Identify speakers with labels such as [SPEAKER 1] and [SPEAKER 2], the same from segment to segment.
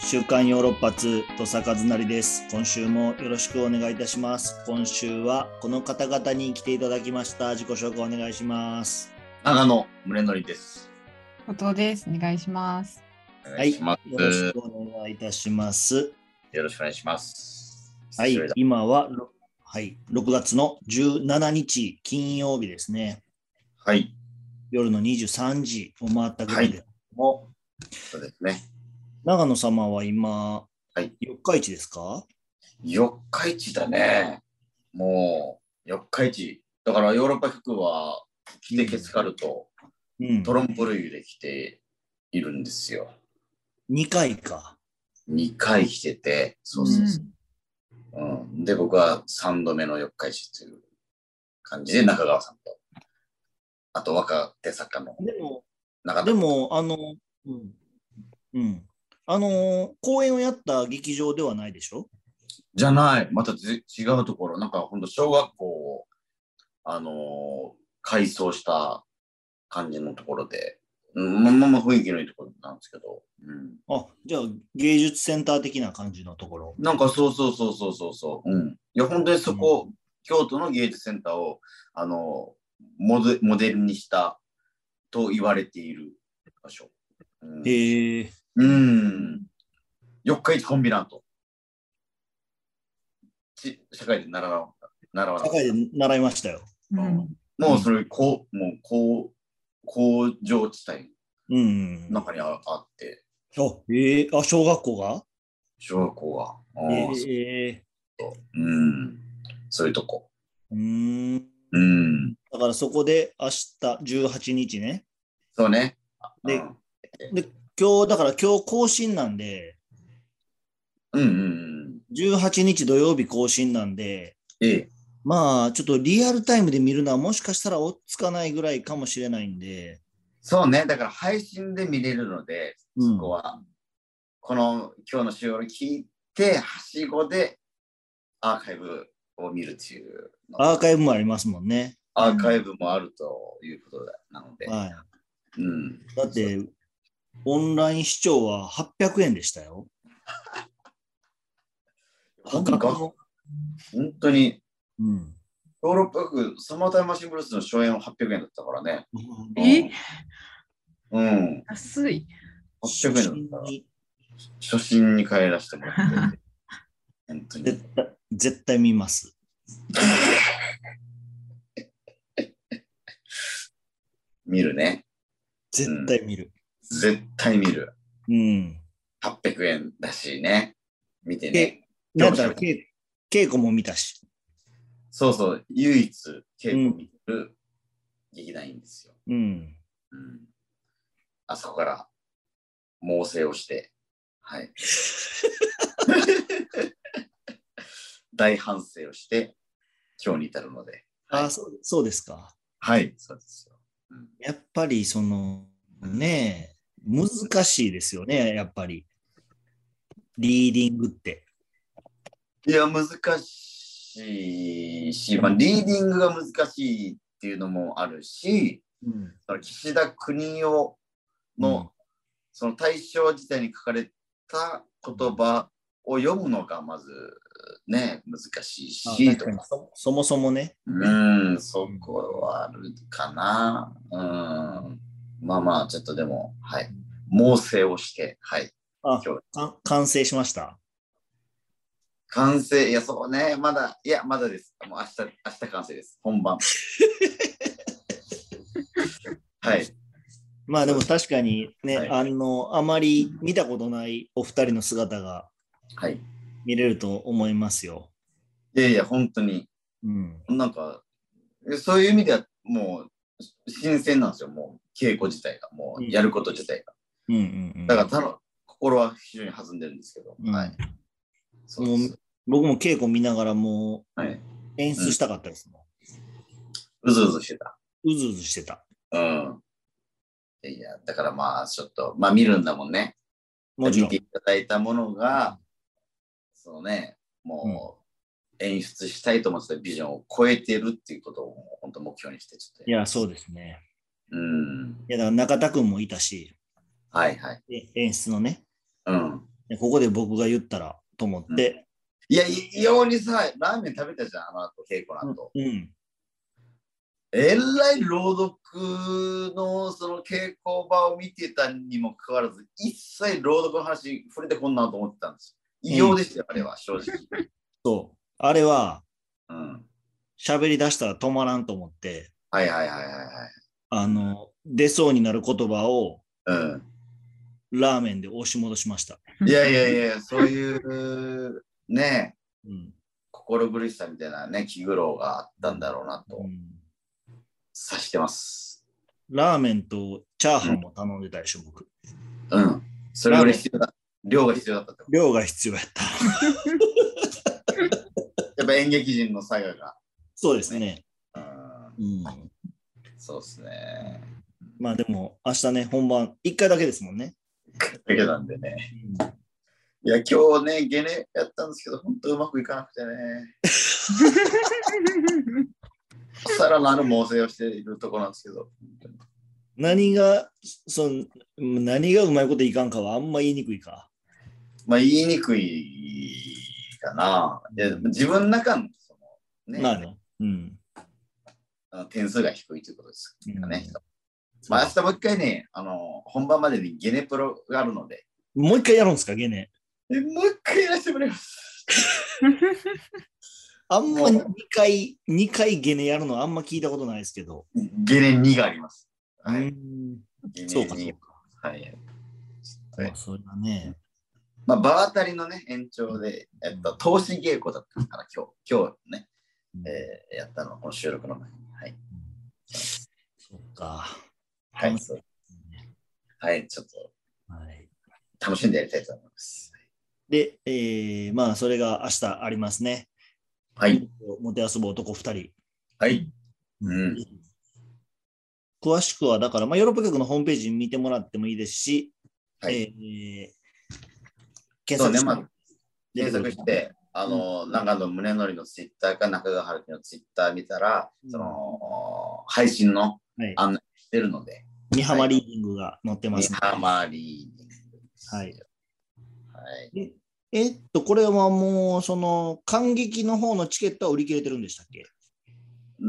[SPEAKER 1] 週刊ヨーロッパ2土佐和成です。今週もよろしくお願いいたします。今週はこの方々に来ていただきました。自己紹介お願いします。
[SPEAKER 2] 長野宗則です。
[SPEAKER 3] 後藤です。お願いします。
[SPEAKER 2] お
[SPEAKER 1] は
[SPEAKER 2] 願
[SPEAKER 1] い、よ
[SPEAKER 2] いします。
[SPEAKER 1] ろしくお願いいたします。
[SPEAKER 2] よろしくお願いします。
[SPEAKER 1] はい
[SPEAKER 2] 失礼だ、
[SPEAKER 1] 今は、ろはい、6月の17日金曜日ですね。
[SPEAKER 2] はい、
[SPEAKER 1] 夜の23時を回ったぐらいで、
[SPEAKER 2] もうそうですね。
[SPEAKER 1] 長野様は今、
[SPEAKER 2] はい
[SPEAKER 1] 四日市ですか
[SPEAKER 2] 四日市だね。もう四日市。だからヨーロッパ局はキテケツカルと
[SPEAKER 1] うん
[SPEAKER 2] トロンプルイユで来ているんですよ。
[SPEAKER 1] 2回か。
[SPEAKER 2] 二回来てて、そうそうそう。うん、で、僕は三度目の四日市という感じで中川さんと、あと若手作家の
[SPEAKER 1] でも、
[SPEAKER 2] 中野
[SPEAKER 1] でも、あの、うん、うん。あの、公演をやった劇場ではないでしょ
[SPEAKER 2] じゃない、またぜ違うところ、なんかほんと小学校を、あのー改装した感じのところで、うんまあまあまあ雰囲気のいいところなんですけど、うん、
[SPEAKER 1] あ、じゃあ芸術センター的な感じのところ。
[SPEAKER 2] なんかそうそうそうそうそうそう、うん、いや本当にそこ、京都の芸術センターを、あのーモデモデルにしたと言われている場所。うん、
[SPEAKER 1] へえ。
[SPEAKER 2] うん。四日市コンビナート。ち社会で習わな習わなか
[SPEAKER 1] 社
[SPEAKER 2] った
[SPEAKER 1] 会で習いましたよ。
[SPEAKER 3] うん。うん
[SPEAKER 2] もうそれ、こう、もう、こう、工場地帯
[SPEAKER 1] うん。
[SPEAKER 2] の中にああって、
[SPEAKER 1] あ、ええあ、小学校が
[SPEAKER 2] 小学校は。あ
[SPEAKER 1] え
[SPEAKER 2] ー
[SPEAKER 1] え
[SPEAKER 2] うん。そういうとこ。
[SPEAKER 1] うーん。
[SPEAKER 2] うん。
[SPEAKER 1] だからそこで明日18日ね。
[SPEAKER 2] そうね。
[SPEAKER 1] で
[SPEAKER 2] うん
[SPEAKER 1] 今日、だから今日更新なんで、
[SPEAKER 2] うんうんうん。
[SPEAKER 1] 18日土曜日更新なんで、
[SPEAKER 2] ええ。
[SPEAKER 1] まあちょっとリアルタイムで見るのはもしかしたら追っつかないぐらいかもしれないんで、
[SPEAKER 2] そうね。だから配信で見れるので、
[SPEAKER 1] うん
[SPEAKER 2] そこは、この今日の収録聞いて、はしごでアーカイブを見るっていうの。
[SPEAKER 1] アーカイブもありますもんね。
[SPEAKER 2] アーカイブもあるということだなので。
[SPEAKER 1] は
[SPEAKER 2] うん。
[SPEAKER 1] い、だって、オンライン視聴は800円でしたよ。
[SPEAKER 2] 本当にが本当に
[SPEAKER 1] うん、
[SPEAKER 2] ヨーロッパ区サマータイムマシンブルースの初演は800円だったからね。
[SPEAKER 3] え
[SPEAKER 2] うん。
[SPEAKER 3] 安い。
[SPEAKER 2] 800円だったから。初心に帰らせてもらって。本当に
[SPEAKER 1] 絶。対絶対見ます。
[SPEAKER 2] 見るね。
[SPEAKER 1] 絶対見る。
[SPEAKER 2] 絶対見る。
[SPEAKER 1] うん。
[SPEAKER 2] 800円だしね。見て
[SPEAKER 1] け
[SPEAKER 2] ね。
[SPEAKER 1] なんだら、けい稽古も見たし。
[SPEAKER 2] そうそう。唯一稽古見てる劇団員ですよ。
[SPEAKER 1] うん。
[SPEAKER 2] うん。あそこから猛省をして。はい。 大反省をして、今日に至るので。
[SPEAKER 1] あそう、そうですか。
[SPEAKER 2] はい。そうですよ。うん
[SPEAKER 1] やっぱり、その、ねえ難しいですよね、やっぱり。リーディングって。
[SPEAKER 2] いや、難しいし、まあ、リーディングが難しいっていうのもあるし、
[SPEAKER 1] うん。
[SPEAKER 2] その岸田国をの、その大正時代に書かれた言葉を読むのがまずね、難しいし、
[SPEAKER 1] あ確
[SPEAKER 2] と
[SPEAKER 1] かに
[SPEAKER 2] か
[SPEAKER 1] そそもそもね。
[SPEAKER 2] うん、そこはあるかな。うん。まあまあ、ちょっとでも、はい。猛省をして、はい。
[SPEAKER 1] あ
[SPEAKER 2] 今日、
[SPEAKER 1] か完成しました。
[SPEAKER 2] 完成、いや、そうね、まだ、いや、まだです。もう明日、明日完成です。本番。はい。
[SPEAKER 1] まあでも確かにね、
[SPEAKER 2] はい
[SPEAKER 1] あの、あまり見たことないお二人の姿が
[SPEAKER 2] はい。
[SPEAKER 1] 見れると思いますよ。
[SPEAKER 2] いやいや、本当に、
[SPEAKER 1] うん。
[SPEAKER 2] なんか、そういう意味では、もう、新鮮なんですよ。もう、稽古自体が、もう、やること自体が。
[SPEAKER 1] うんうん、うん。
[SPEAKER 2] だから、たの心は非常に弾んでるんですけど。
[SPEAKER 1] うん
[SPEAKER 2] はい。そう
[SPEAKER 1] も
[SPEAKER 2] で
[SPEAKER 1] う
[SPEAKER 2] す。
[SPEAKER 1] 僕も稽古見ながらも
[SPEAKER 2] はい。
[SPEAKER 1] う演出したかったですもん。
[SPEAKER 2] うずうずしてた。
[SPEAKER 1] うずうずしてた。
[SPEAKER 2] うん。いやいや、だからまあ、ちょっと、まあ見るんだもんね。
[SPEAKER 1] もちろ
[SPEAKER 2] 見
[SPEAKER 1] ん
[SPEAKER 2] て。いただいたものが、そのね、もう演出したいと思ってたビジョンを超えてるっていうことを本当目標にして、ちょっ
[SPEAKER 1] い
[SPEAKER 2] と。
[SPEAKER 1] や、そうですね。
[SPEAKER 2] うん。
[SPEAKER 1] いや、だから中田君もいたし、
[SPEAKER 2] はいはい。
[SPEAKER 1] え演出のね。
[SPEAKER 2] うん。
[SPEAKER 1] でここで僕が言ったらと思って、
[SPEAKER 2] いや、い異様にさ、ラーメン食べたじゃん、あの後、稽古の後。
[SPEAKER 1] うん、
[SPEAKER 2] えらい朗読のその稽古場を見てたにもかかわらず、一切朗読の話触れてこんなと思ってたんですよ。異様でしたよ、あれは、正直。
[SPEAKER 1] そう。あれは、
[SPEAKER 2] うん。
[SPEAKER 1] 喋り出したら止まらんと思って、
[SPEAKER 2] はいはいはいはいはい。
[SPEAKER 1] あの、出そうになる言葉を
[SPEAKER 2] うん。
[SPEAKER 1] ラーメンで押し戻しました。
[SPEAKER 2] いやいやいや、そういうね、
[SPEAKER 1] うん。
[SPEAKER 2] 心苦しさみたいなね、気苦労があったんだろうなと
[SPEAKER 1] う、ん
[SPEAKER 2] 察してます。
[SPEAKER 1] ラーメンとチャーハンも頼んでたでしょ、僕。
[SPEAKER 2] うん。それぐらい必要だ。量が必要だったってこ
[SPEAKER 1] 量が必要やった。
[SPEAKER 2] と。やっぱ演劇人の作業が。
[SPEAKER 1] そうですね。
[SPEAKER 2] う
[SPEAKER 1] う
[SPEAKER 2] ん。
[SPEAKER 1] ん。
[SPEAKER 2] そうですね。
[SPEAKER 1] まあでも、明日ね、本番、1回だけですもんね。
[SPEAKER 2] だけなんでね。いや、今日ね、ゲネやったんですけど、本当うまくいかなくてね。さらなる猛省をしているところなんですけど。
[SPEAKER 1] 何が、その、何がうまいこといかんかはあんま言いにくいか。
[SPEAKER 2] まあ、言いにくいかな。いや自分の中のその、ね
[SPEAKER 1] まあね。うん。
[SPEAKER 2] あの点数が低いということですかね。
[SPEAKER 1] うん
[SPEAKER 2] まあ、明日もう一回ね、あの、本番までにゲネプロがあるので、
[SPEAKER 1] もう一回やるんですか、ゲネ。
[SPEAKER 2] えもう一回やらせてもらいます。
[SPEAKER 1] あんま2回、二回ゲネやるのあんま聞いたことないですけど。
[SPEAKER 2] ゲネ2があります。は
[SPEAKER 1] う
[SPEAKER 2] い。
[SPEAKER 1] ん
[SPEAKER 2] ゲネ
[SPEAKER 1] そうか、そ
[SPEAKER 2] 2
[SPEAKER 1] うか。
[SPEAKER 2] はい。
[SPEAKER 1] まあそれはね。
[SPEAKER 2] まあ、場当たりのね、延長で、えっと、投資稽古だったから、今日、今日ね、えーやったの、この収録の前に。はい。
[SPEAKER 1] そっか。
[SPEAKER 2] は
[SPEAKER 1] うん
[SPEAKER 2] い。そうはい。ちょっ
[SPEAKER 1] はい、
[SPEAKER 2] と、楽しんでやりたいと思います。
[SPEAKER 1] で、えーまあ、それが明日あります ね。
[SPEAKER 2] はい。。
[SPEAKER 1] もてあそぶ男2人。
[SPEAKER 2] はい。うん。
[SPEAKER 1] 詳しくは、だから、まあ、ヨーロッパ局のホームページ見てもらってもいいですし、
[SPEAKER 2] はい
[SPEAKER 1] えー
[SPEAKER 2] そ
[SPEAKER 1] 検索
[SPEAKER 2] うね、
[SPEAKER 1] して
[SPEAKER 2] まあ、検索して、あの、長野宗則のツイッターか中川春樹のツイッター見たら、
[SPEAKER 1] うん
[SPEAKER 2] その、配信の
[SPEAKER 1] はい
[SPEAKER 2] 案内してるので、
[SPEAKER 1] 美浜リーディングが載ってます、
[SPEAKER 2] ミハマリーニングです
[SPEAKER 1] はい。
[SPEAKER 2] はい。
[SPEAKER 1] えっと、これはもう、その、感激の方のチケットは売り切れてるんでしたっけ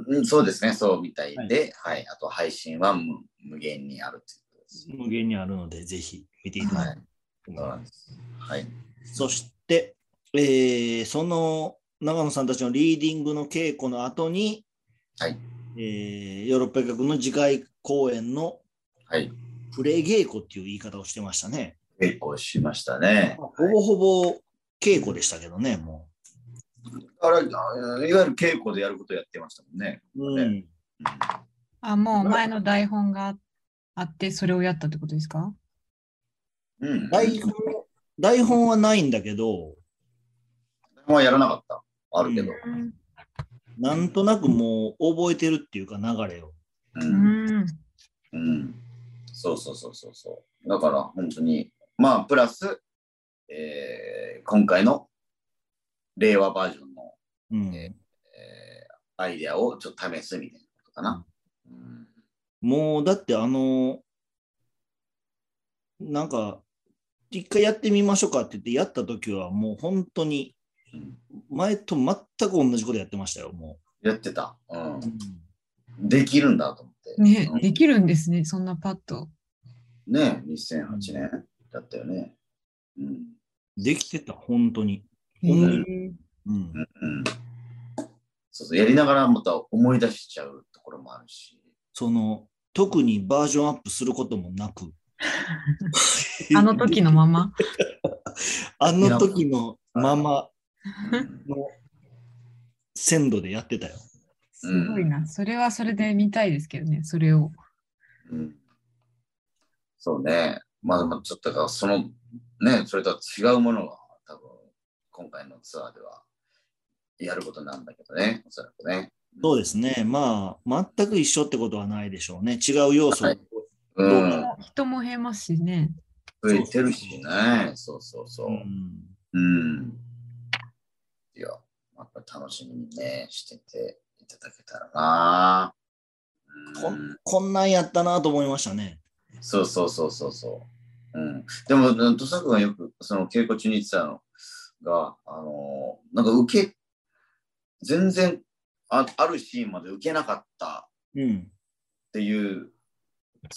[SPEAKER 2] うん、そうですね、そうみたいで、はい。あと、配信は無無限にあるっていうことです。
[SPEAKER 1] 無限にあるので、ぜひ見ていただきたいと思い
[SPEAKER 2] そう
[SPEAKER 1] ます
[SPEAKER 2] なんです。はい。
[SPEAKER 1] そして、えーその長野さんたちのリーディングの稽古の後に、
[SPEAKER 2] はい
[SPEAKER 1] えーヨーロッパ局の次回公演の
[SPEAKER 2] はい。
[SPEAKER 1] プレイ稽古っていう言い方をしてましたね。
[SPEAKER 2] 成功しましたね。
[SPEAKER 1] ほぼほぼ稽古でしたけどね、も
[SPEAKER 2] あれ、あいわゆる稽古でやることやってましたもんね。
[SPEAKER 1] う。
[SPEAKER 2] ね
[SPEAKER 1] うん
[SPEAKER 2] うん
[SPEAKER 3] あ、もう前の台本があって、それをやったってことですか
[SPEAKER 2] うん。
[SPEAKER 1] 台本台本はないんだけど、
[SPEAKER 2] もうやらなかった。あるけど。
[SPEAKER 1] なんとなくもう覚えてるっていうか流れを。
[SPEAKER 2] う。
[SPEAKER 3] うんん。
[SPEAKER 2] うん。そうそうそうそうそう。だから、本当に、まあ、プラス、えー今回の令和バージョンの、
[SPEAKER 1] うん
[SPEAKER 2] ええーアイデアをちょっと試すみたいなことかな。うん。
[SPEAKER 1] もうだってあの、なんか、一回やってみましょうかって言って、やった時はもう本当に
[SPEAKER 2] うん、
[SPEAKER 1] 前と全く同じことやってましたよ、も
[SPEAKER 2] やってた。う
[SPEAKER 1] う。
[SPEAKER 2] ん。できるんだと思って。
[SPEAKER 3] ね
[SPEAKER 2] う、ん
[SPEAKER 3] できるんですね、そんなパッと。
[SPEAKER 2] ねえ2008年だったよね。うん。
[SPEAKER 1] できてた、本当に。
[SPEAKER 3] へえ。
[SPEAKER 1] うん
[SPEAKER 2] う。んうん。そうそう。やりながらまた思い出しちゃうところもあるし。
[SPEAKER 1] その、特にバージョンアップすることもなく
[SPEAKER 3] あの時の まま。
[SPEAKER 1] あの時のまま
[SPEAKER 2] うん
[SPEAKER 1] の鮮度でやってたよ。
[SPEAKER 3] すごいな。それはそれで見たいですけどね、それを。
[SPEAKER 2] うんそうね。まあでもちょっとだからその、ね、それとは違うものが多分今回のツアーではやることなんだけどね、おそらくね。
[SPEAKER 1] そうですね。まあ、全く一緒ってことはないでしょうね。違う要素を
[SPEAKER 2] はいうん。
[SPEAKER 3] 人も増えますしね。
[SPEAKER 2] 増えてるしね。そうそうそうう。
[SPEAKER 1] ん
[SPEAKER 2] うん。いや、まあ、これ楽しみにね、してていただけたらな。う
[SPEAKER 1] こ
[SPEAKER 2] ん、
[SPEAKER 1] こんなんやったなと思いましたね。
[SPEAKER 2] そうそうそうそうそう。うん、でも、うん土佐君がよくその稽古中に言ってたのが、あのーなんか受け、全然ああるシーンまで受けなかったっ
[SPEAKER 1] うん。
[SPEAKER 2] ていう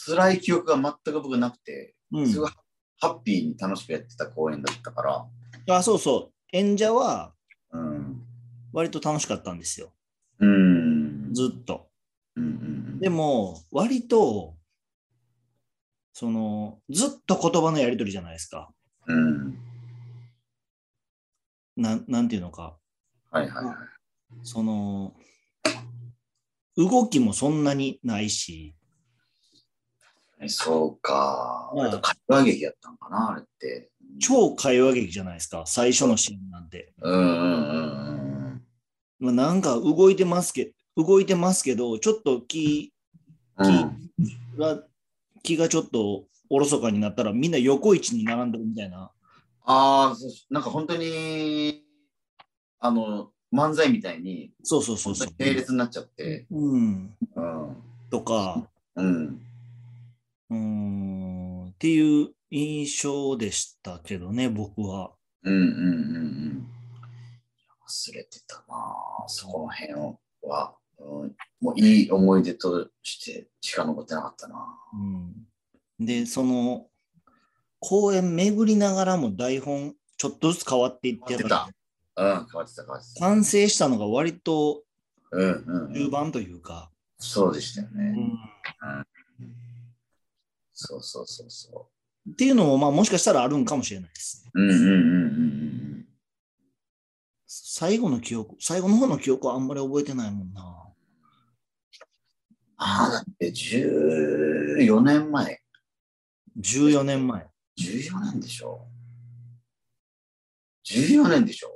[SPEAKER 2] 辛い記憶が全く僕なくて、
[SPEAKER 1] う
[SPEAKER 2] すご
[SPEAKER 1] ん
[SPEAKER 2] い、ハッピーに楽しくやってた公演だったから、
[SPEAKER 1] あそうそう。演者は
[SPEAKER 2] うん。
[SPEAKER 1] 割と楽しかったんですよ。
[SPEAKER 2] うん。
[SPEAKER 1] ずっと。
[SPEAKER 2] うんうん
[SPEAKER 1] でも、割と、その、ずっと言葉のやりとりじゃないですか。
[SPEAKER 2] うんうん。
[SPEAKER 1] なんなんていうのか。
[SPEAKER 2] はいはいはい。
[SPEAKER 1] その、動きもそんなにないし、
[SPEAKER 2] そうか。
[SPEAKER 1] うん
[SPEAKER 2] あと、会話劇やったんかな、あれって。
[SPEAKER 1] 超会話劇じゃないですか。最初のシーンなんて。
[SPEAKER 2] うんうんうんうん
[SPEAKER 1] まあ、なんか動いてますけど、動いてますけど、ちょっと気
[SPEAKER 2] うん。うん
[SPEAKER 1] が、気がちょっとおろそかになったら、みんな横位置に並んでるみたいな。
[SPEAKER 2] ああ、そうなんか本当に、あの、漫才みたいに、
[SPEAKER 1] そうそうそうそ
[SPEAKER 2] 本当
[SPEAKER 1] う
[SPEAKER 2] に。並列になっちゃって、
[SPEAKER 1] うん。
[SPEAKER 2] うん。
[SPEAKER 1] とか、
[SPEAKER 2] うん。
[SPEAKER 1] うーん、っていう印象でしたけどね、僕は。
[SPEAKER 2] うんうんうんうん。忘れてたなあそこら辺は、うん。もういい思い出としてしか残ってなかったな
[SPEAKER 1] うん、で、その、公演巡りながらも台本、ちょっとずつ変わっていって
[SPEAKER 2] 変わってうん、変わってた変わってた。
[SPEAKER 1] 完成したのが割と
[SPEAKER 2] うんうんう
[SPEAKER 1] 中
[SPEAKER 2] ん。
[SPEAKER 1] 盤というか、
[SPEAKER 2] そうでしたよね。
[SPEAKER 1] うん
[SPEAKER 2] そうそうそうそ
[SPEAKER 1] っていうのも、まあ、もしかしたらあるんかもしれないです。
[SPEAKER 2] う。うんうんうんうん
[SPEAKER 1] 最後の記憶、最後の方の記憶はあんまり覚えてないもんな。
[SPEAKER 2] ああ、だって14年前、
[SPEAKER 1] 14年前。
[SPEAKER 2] 14年でしょ ?14 年でしょ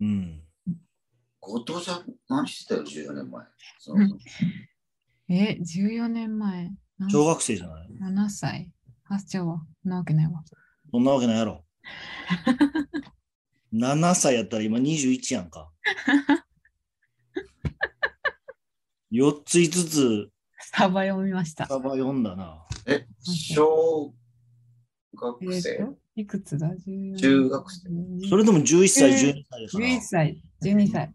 [SPEAKER 1] うん。
[SPEAKER 2] 後藤ちゃん、何してたよ、14年前。そう
[SPEAKER 3] うんえ、14年前。何
[SPEAKER 1] 小学生じゃない
[SPEAKER 3] ?7 歳。あ、じゃあ、なわけないわ。
[SPEAKER 1] そんなわけないやろ。7歳やったら今21やんか。4つ5つ
[SPEAKER 3] スタバ読みました。
[SPEAKER 1] サバ読んだな。
[SPEAKER 2] え、小
[SPEAKER 3] え
[SPEAKER 2] 学
[SPEAKER 3] っ
[SPEAKER 2] 生
[SPEAKER 3] と、いくつだ ?14
[SPEAKER 2] 中学生
[SPEAKER 1] それでも11歳、
[SPEAKER 3] え
[SPEAKER 1] 12
[SPEAKER 3] ー
[SPEAKER 1] 歳やから。
[SPEAKER 3] 11歳、12歳、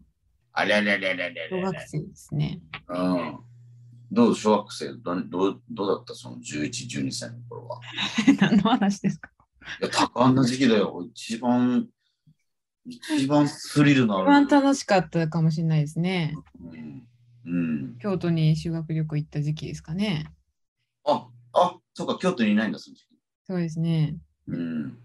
[SPEAKER 2] あれあれあれあれあれあ
[SPEAKER 3] 小
[SPEAKER 2] れ
[SPEAKER 3] 学生ですね。
[SPEAKER 2] うん。どう、小学生どんどう、どうだったその11、12歳の頃は。
[SPEAKER 3] 何の話ですか
[SPEAKER 2] いや、多感な時期だよ。一番、一番スリルのあ
[SPEAKER 3] 一
[SPEAKER 2] る。
[SPEAKER 3] 番楽しかったかもしれないですね。
[SPEAKER 2] うん。うん。
[SPEAKER 3] 京都に修学旅行行った時期ですかね。
[SPEAKER 2] あ、あ、そうか、京都にいないんだ、その時。
[SPEAKER 3] そうですね。
[SPEAKER 2] うん。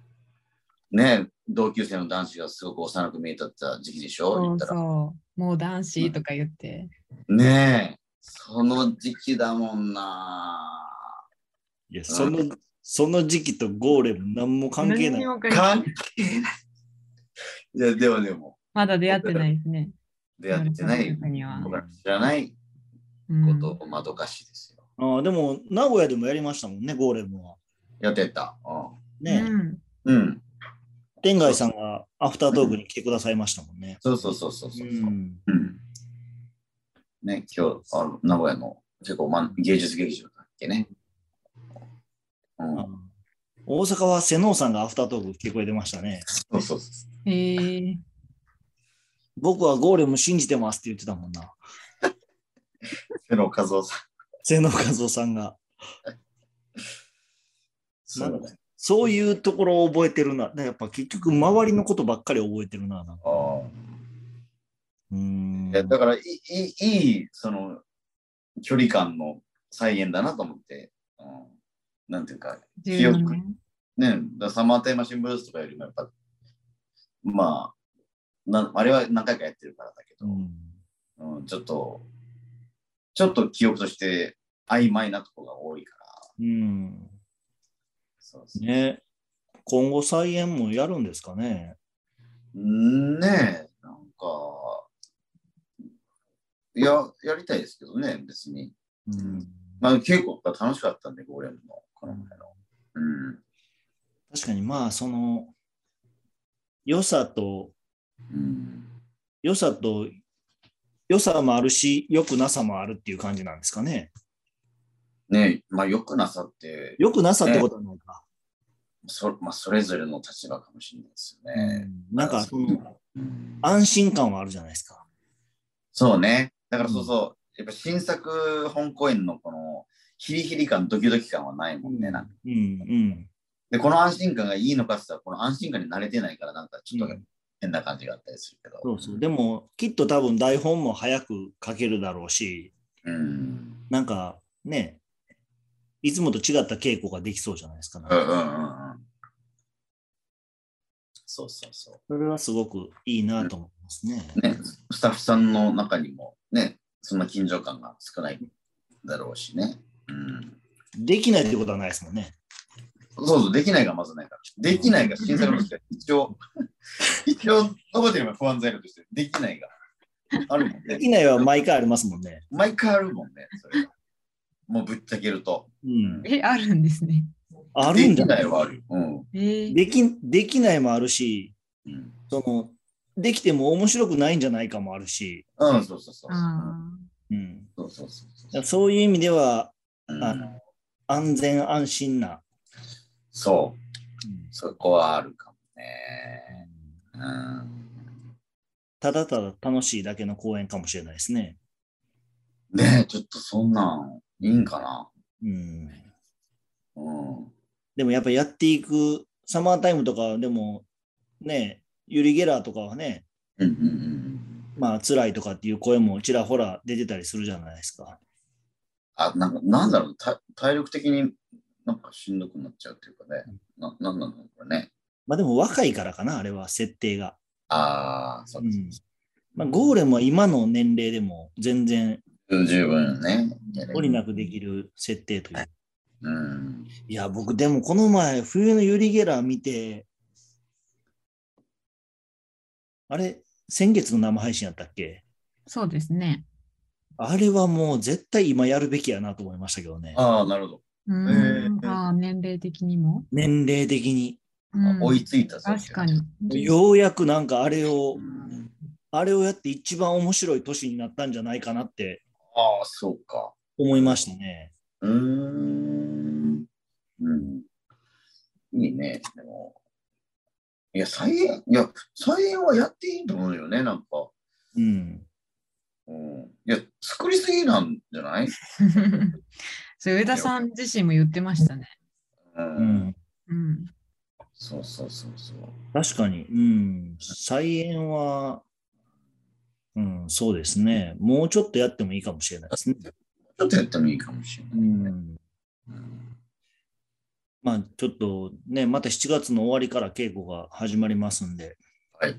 [SPEAKER 2] ねえ同級生の男子がすごく幼く見えたってた時期でしょ
[SPEAKER 3] そ
[SPEAKER 2] 言っ
[SPEAKER 3] う
[SPEAKER 2] たら。
[SPEAKER 3] そう。もう男子とか言って。
[SPEAKER 2] ねえ、その時期だもんない
[SPEAKER 1] や、その、その時期とゴーレム何も関係な
[SPEAKER 3] 何
[SPEAKER 1] い
[SPEAKER 3] に。も関係ない
[SPEAKER 2] 関係ない。いや、でもでも、
[SPEAKER 3] まだ出会ってないですね。
[SPEAKER 2] 出会ってな
[SPEAKER 3] 修
[SPEAKER 2] い
[SPEAKER 3] 学旅、行には
[SPEAKER 2] 僕ら知らない
[SPEAKER 3] うん
[SPEAKER 2] ことをまどかしですよ。
[SPEAKER 1] ああでも、名古屋でもやりましたもんね、ゴーレムは。
[SPEAKER 2] やってた。
[SPEAKER 1] ね、
[SPEAKER 3] うん
[SPEAKER 2] うん。うん。
[SPEAKER 1] 天外さんがアフタートークに来てくださいましたもんね。
[SPEAKER 2] そうそうそうそうそうう。
[SPEAKER 1] ん。
[SPEAKER 2] うん。ね、今日、あの名古屋の結構、ま、芸術劇場だっけね。うん
[SPEAKER 1] あ。大阪は瀬能さんがアフタートーク来てくれてましたね。
[SPEAKER 2] そうそうそ
[SPEAKER 3] へえ
[SPEAKER 1] 僕はゴーレム信じてますって言ってたもんな。
[SPEAKER 2] う。瀬野和夫さん。
[SPEAKER 1] 瀬野和夫さんが。
[SPEAKER 2] そう
[SPEAKER 1] なん
[SPEAKER 2] だね。
[SPEAKER 1] そういうところを覚えてるな。だからやっぱ結局周りのことばっかり覚えてるな。なんか
[SPEAKER 2] あ
[SPEAKER 1] うーん
[SPEAKER 2] あ。だからいい、いい、いい、その、距離感の再現だなと思って、うん、なんていうか、
[SPEAKER 3] ー、
[SPEAKER 2] 記
[SPEAKER 3] 14
[SPEAKER 2] 憶
[SPEAKER 3] 年。
[SPEAKER 2] ね、だからサマータイムマシンブルースとかよりもやっぱ、まあ、なあれは何回かやってるからだけ
[SPEAKER 1] う
[SPEAKER 2] ど、
[SPEAKER 1] ん
[SPEAKER 2] うん、ちょっと、ちょっと記憶として曖昧なとこが多いから、
[SPEAKER 1] うん。
[SPEAKER 2] そうですね。
[SPEAKER 1] ね。今後再演もやるんですかね。
[SPEAKER 2] ねえ、なんか、いや、やりたいですけどね、別に。
[SPEAKER 1] うん。
[SPEAKER 2] まあ、稽古が楽しかったんで、ゴーレムの、この前の。うん。
[SPEAKER 1] 確かにまあその良さと
[SPEAKER 2] うん、
[SPEAKER 1] 良さと良さもあるし良くなさもあるっていう感じなんですかね。
[SPEAKER 2] ねえまあ、よくなさって、
[SPEAKER 1] 良くなさってことはないか。
[SPEAKER 2] そまあ、それぞれの立場かもしれないですよね。
[SPEAKER 1] なんかその安心感はあるじゃないですか。
[SPEAKER 2] そうね。だからそうそう、やっぱ新作本公演のこのヒリヒリ感、ドキドキ感はないもんね。なんか
[SPEAKER 1] うんうん。
[SPEAKER 2] で、この安心感がいいのかって言ったら、この安心感に慣れてないから、なんかちょっ
[SPEAKER 1] う
[SPEAKER 2] と
[SPEAKER 1] ん
[SPEAKER 2] 変な感じがあったりするけど。
[SPEAKER 1] そうそう。でもきっと多分台本も早く書けるだろうし、
[SPEAKER 2] うん。
[SPEAKER 1] なんかね、いつもと違った稽古ができそうじゃないですか。なん
[SPEAKER 2] う
[SPEAKER 1] か
[SPEAKER 2] んうんうんうん。そうそうそ
[SPEAKER 1] それはすごくいいなと思いますね。
[SPEAKER 2] う。ね、スタッフさんの中にも、ね、そんな緊張感が少ないだろうしね。うん。
[SPEAKER 1] できないってことはないですもんね。
[SPEAKER 2] そうそう、できないがまずないから。できないが新作の時は一応、 一応、残ってれば不安材料として、できないがあるもん
[SPEAKER 1] で
[SPEAKER 2] ね。
[SPEAKER 1] きないは毎回ありますもんね。
[SPEAKER 2] 毎回あるもんね、それが。もうぶっちゃけると。
[SPEAKER 1] うん。
[SPEAKER 3] え、あるんですね。
[SPEAKER 1] あるんじゃな
[SPEAKER 2] できないいはあるよ。うん。
[SPEAKER 3] えー、
[SPEAKER 1] できできないもあるし、
[SPEAKER 2] うん、
[SPEAKER 1] その、できても面白くないんじゃないかもあるし、
[SPEAKER 2] うん、そうそうそう。うん
[SPEAKER 3] あ
[SPEAKER 1] うん、
[SPEAKER 2] そうそうそう
[SPEAKER 1] だ
[SPEAKER 2] そ
[SPEAKER 1] か
[SPEAKER 2] う
[SPEAKER 1] らそういう意味では
[SPEAKER 2] うん
[SPEAKER 1] あの安全安心な、
[SPEAKER 2] そう、そこはあるかもね。うん。
[SPEAKER 1] ただただ楽しいだけの公演かもしれないですね。
[SPEAKER 2] ねえ、ちょっとそんなん、いいんかな。
[SPEAKER 1] うん、
[SPEAKER 2] うん。
[SPEAKER 1] でもやっぱやっていく、サマータイムとかでもね、ユリ・ゲラーとかはね、
[SPEAKER 2] うんうんうん。
[SPEAKER 1] まあ辛いとかっていう声もちらほら出てたりするじゃないですか。
[SPEAKER 2] あ、なんか、なんだろう、た体力的になんかしんどくなっちゃうっていうかね。な、なんなんだろうね。
[SPEAKER 1] まあでも若いからかな、あれは設定が。
[SPEAKER 2] ああ、そううです。
[SPEAKER 1] んまあ、ゴーレムは今の年齢でも全然
[SPEAKER 2] 十分ね。
[SPEAKER 1] 無理なくできる設定という。
[SPEAKER 2] うん。
[SPEAKER 1] いや、僕でもこの前、冬のユリ・ゲラー見て、あれ、先月の生配信やったっけ
[SPEAKER 3] ーそうですね。
[SPEAKER 1] あれはもう絶対今やるべきやなと思いましたけどね。
[SPEAKER 2] ああ、なるほど。
[SPEAKER 3] う
[SPEAKER 2] え
[SPEAKER 3] ん、
[SPEAKER 2] ー
[SPEAKER 3] あー年齢的にも。
[SPEAKER 1] 年齢的に。
[SPEAKER 3] うん
[SPEAKER 2] 追いついたぞ
[SPEAKER 3] 確かに。
[SPEAKER 1] ようやくなんかあれを
[SPEAKER 2] う、ん
[SPEAKER 1] あれをやって一番面白い年になったんじゃないかなって
[SPEAKER 2] ああ、そうか。
[SPEAKER 1] 思いましたね。
[SPEAKER 2] うーん。うん。いいね。でも。いや、再演、いや、再演はやっていいと思うよね、なんか。
[SPEAKER 1] うん。
[SPEAKER 2] うん。いや、作りすぎなんじゃない
[SPEAKER 3] そう上田さん自身も言ってましたね。
[SPEAKER 2] うん。
[SPEAKER 1] うん、
[SPEAKER 3] うん、
[SPEAKER 2] そうそうそうそう。
[SPEAKER 1] 確かに。うん。再演は、うん、そうですね。もうちょっとやってもいいかもしれないですね。
[SPEAKER 2] ちょっとやってもいいかもしれ
[SPEAKER 1] う
[SPEAKER 2] ない。
[SPEAKER 1] ん。
[SPEAKER 2] うん
[SPEAKER 1] まあ、ちょっとね、また7月の終わりから稽古が始まりますんで、
[SPEAKER 2] はい。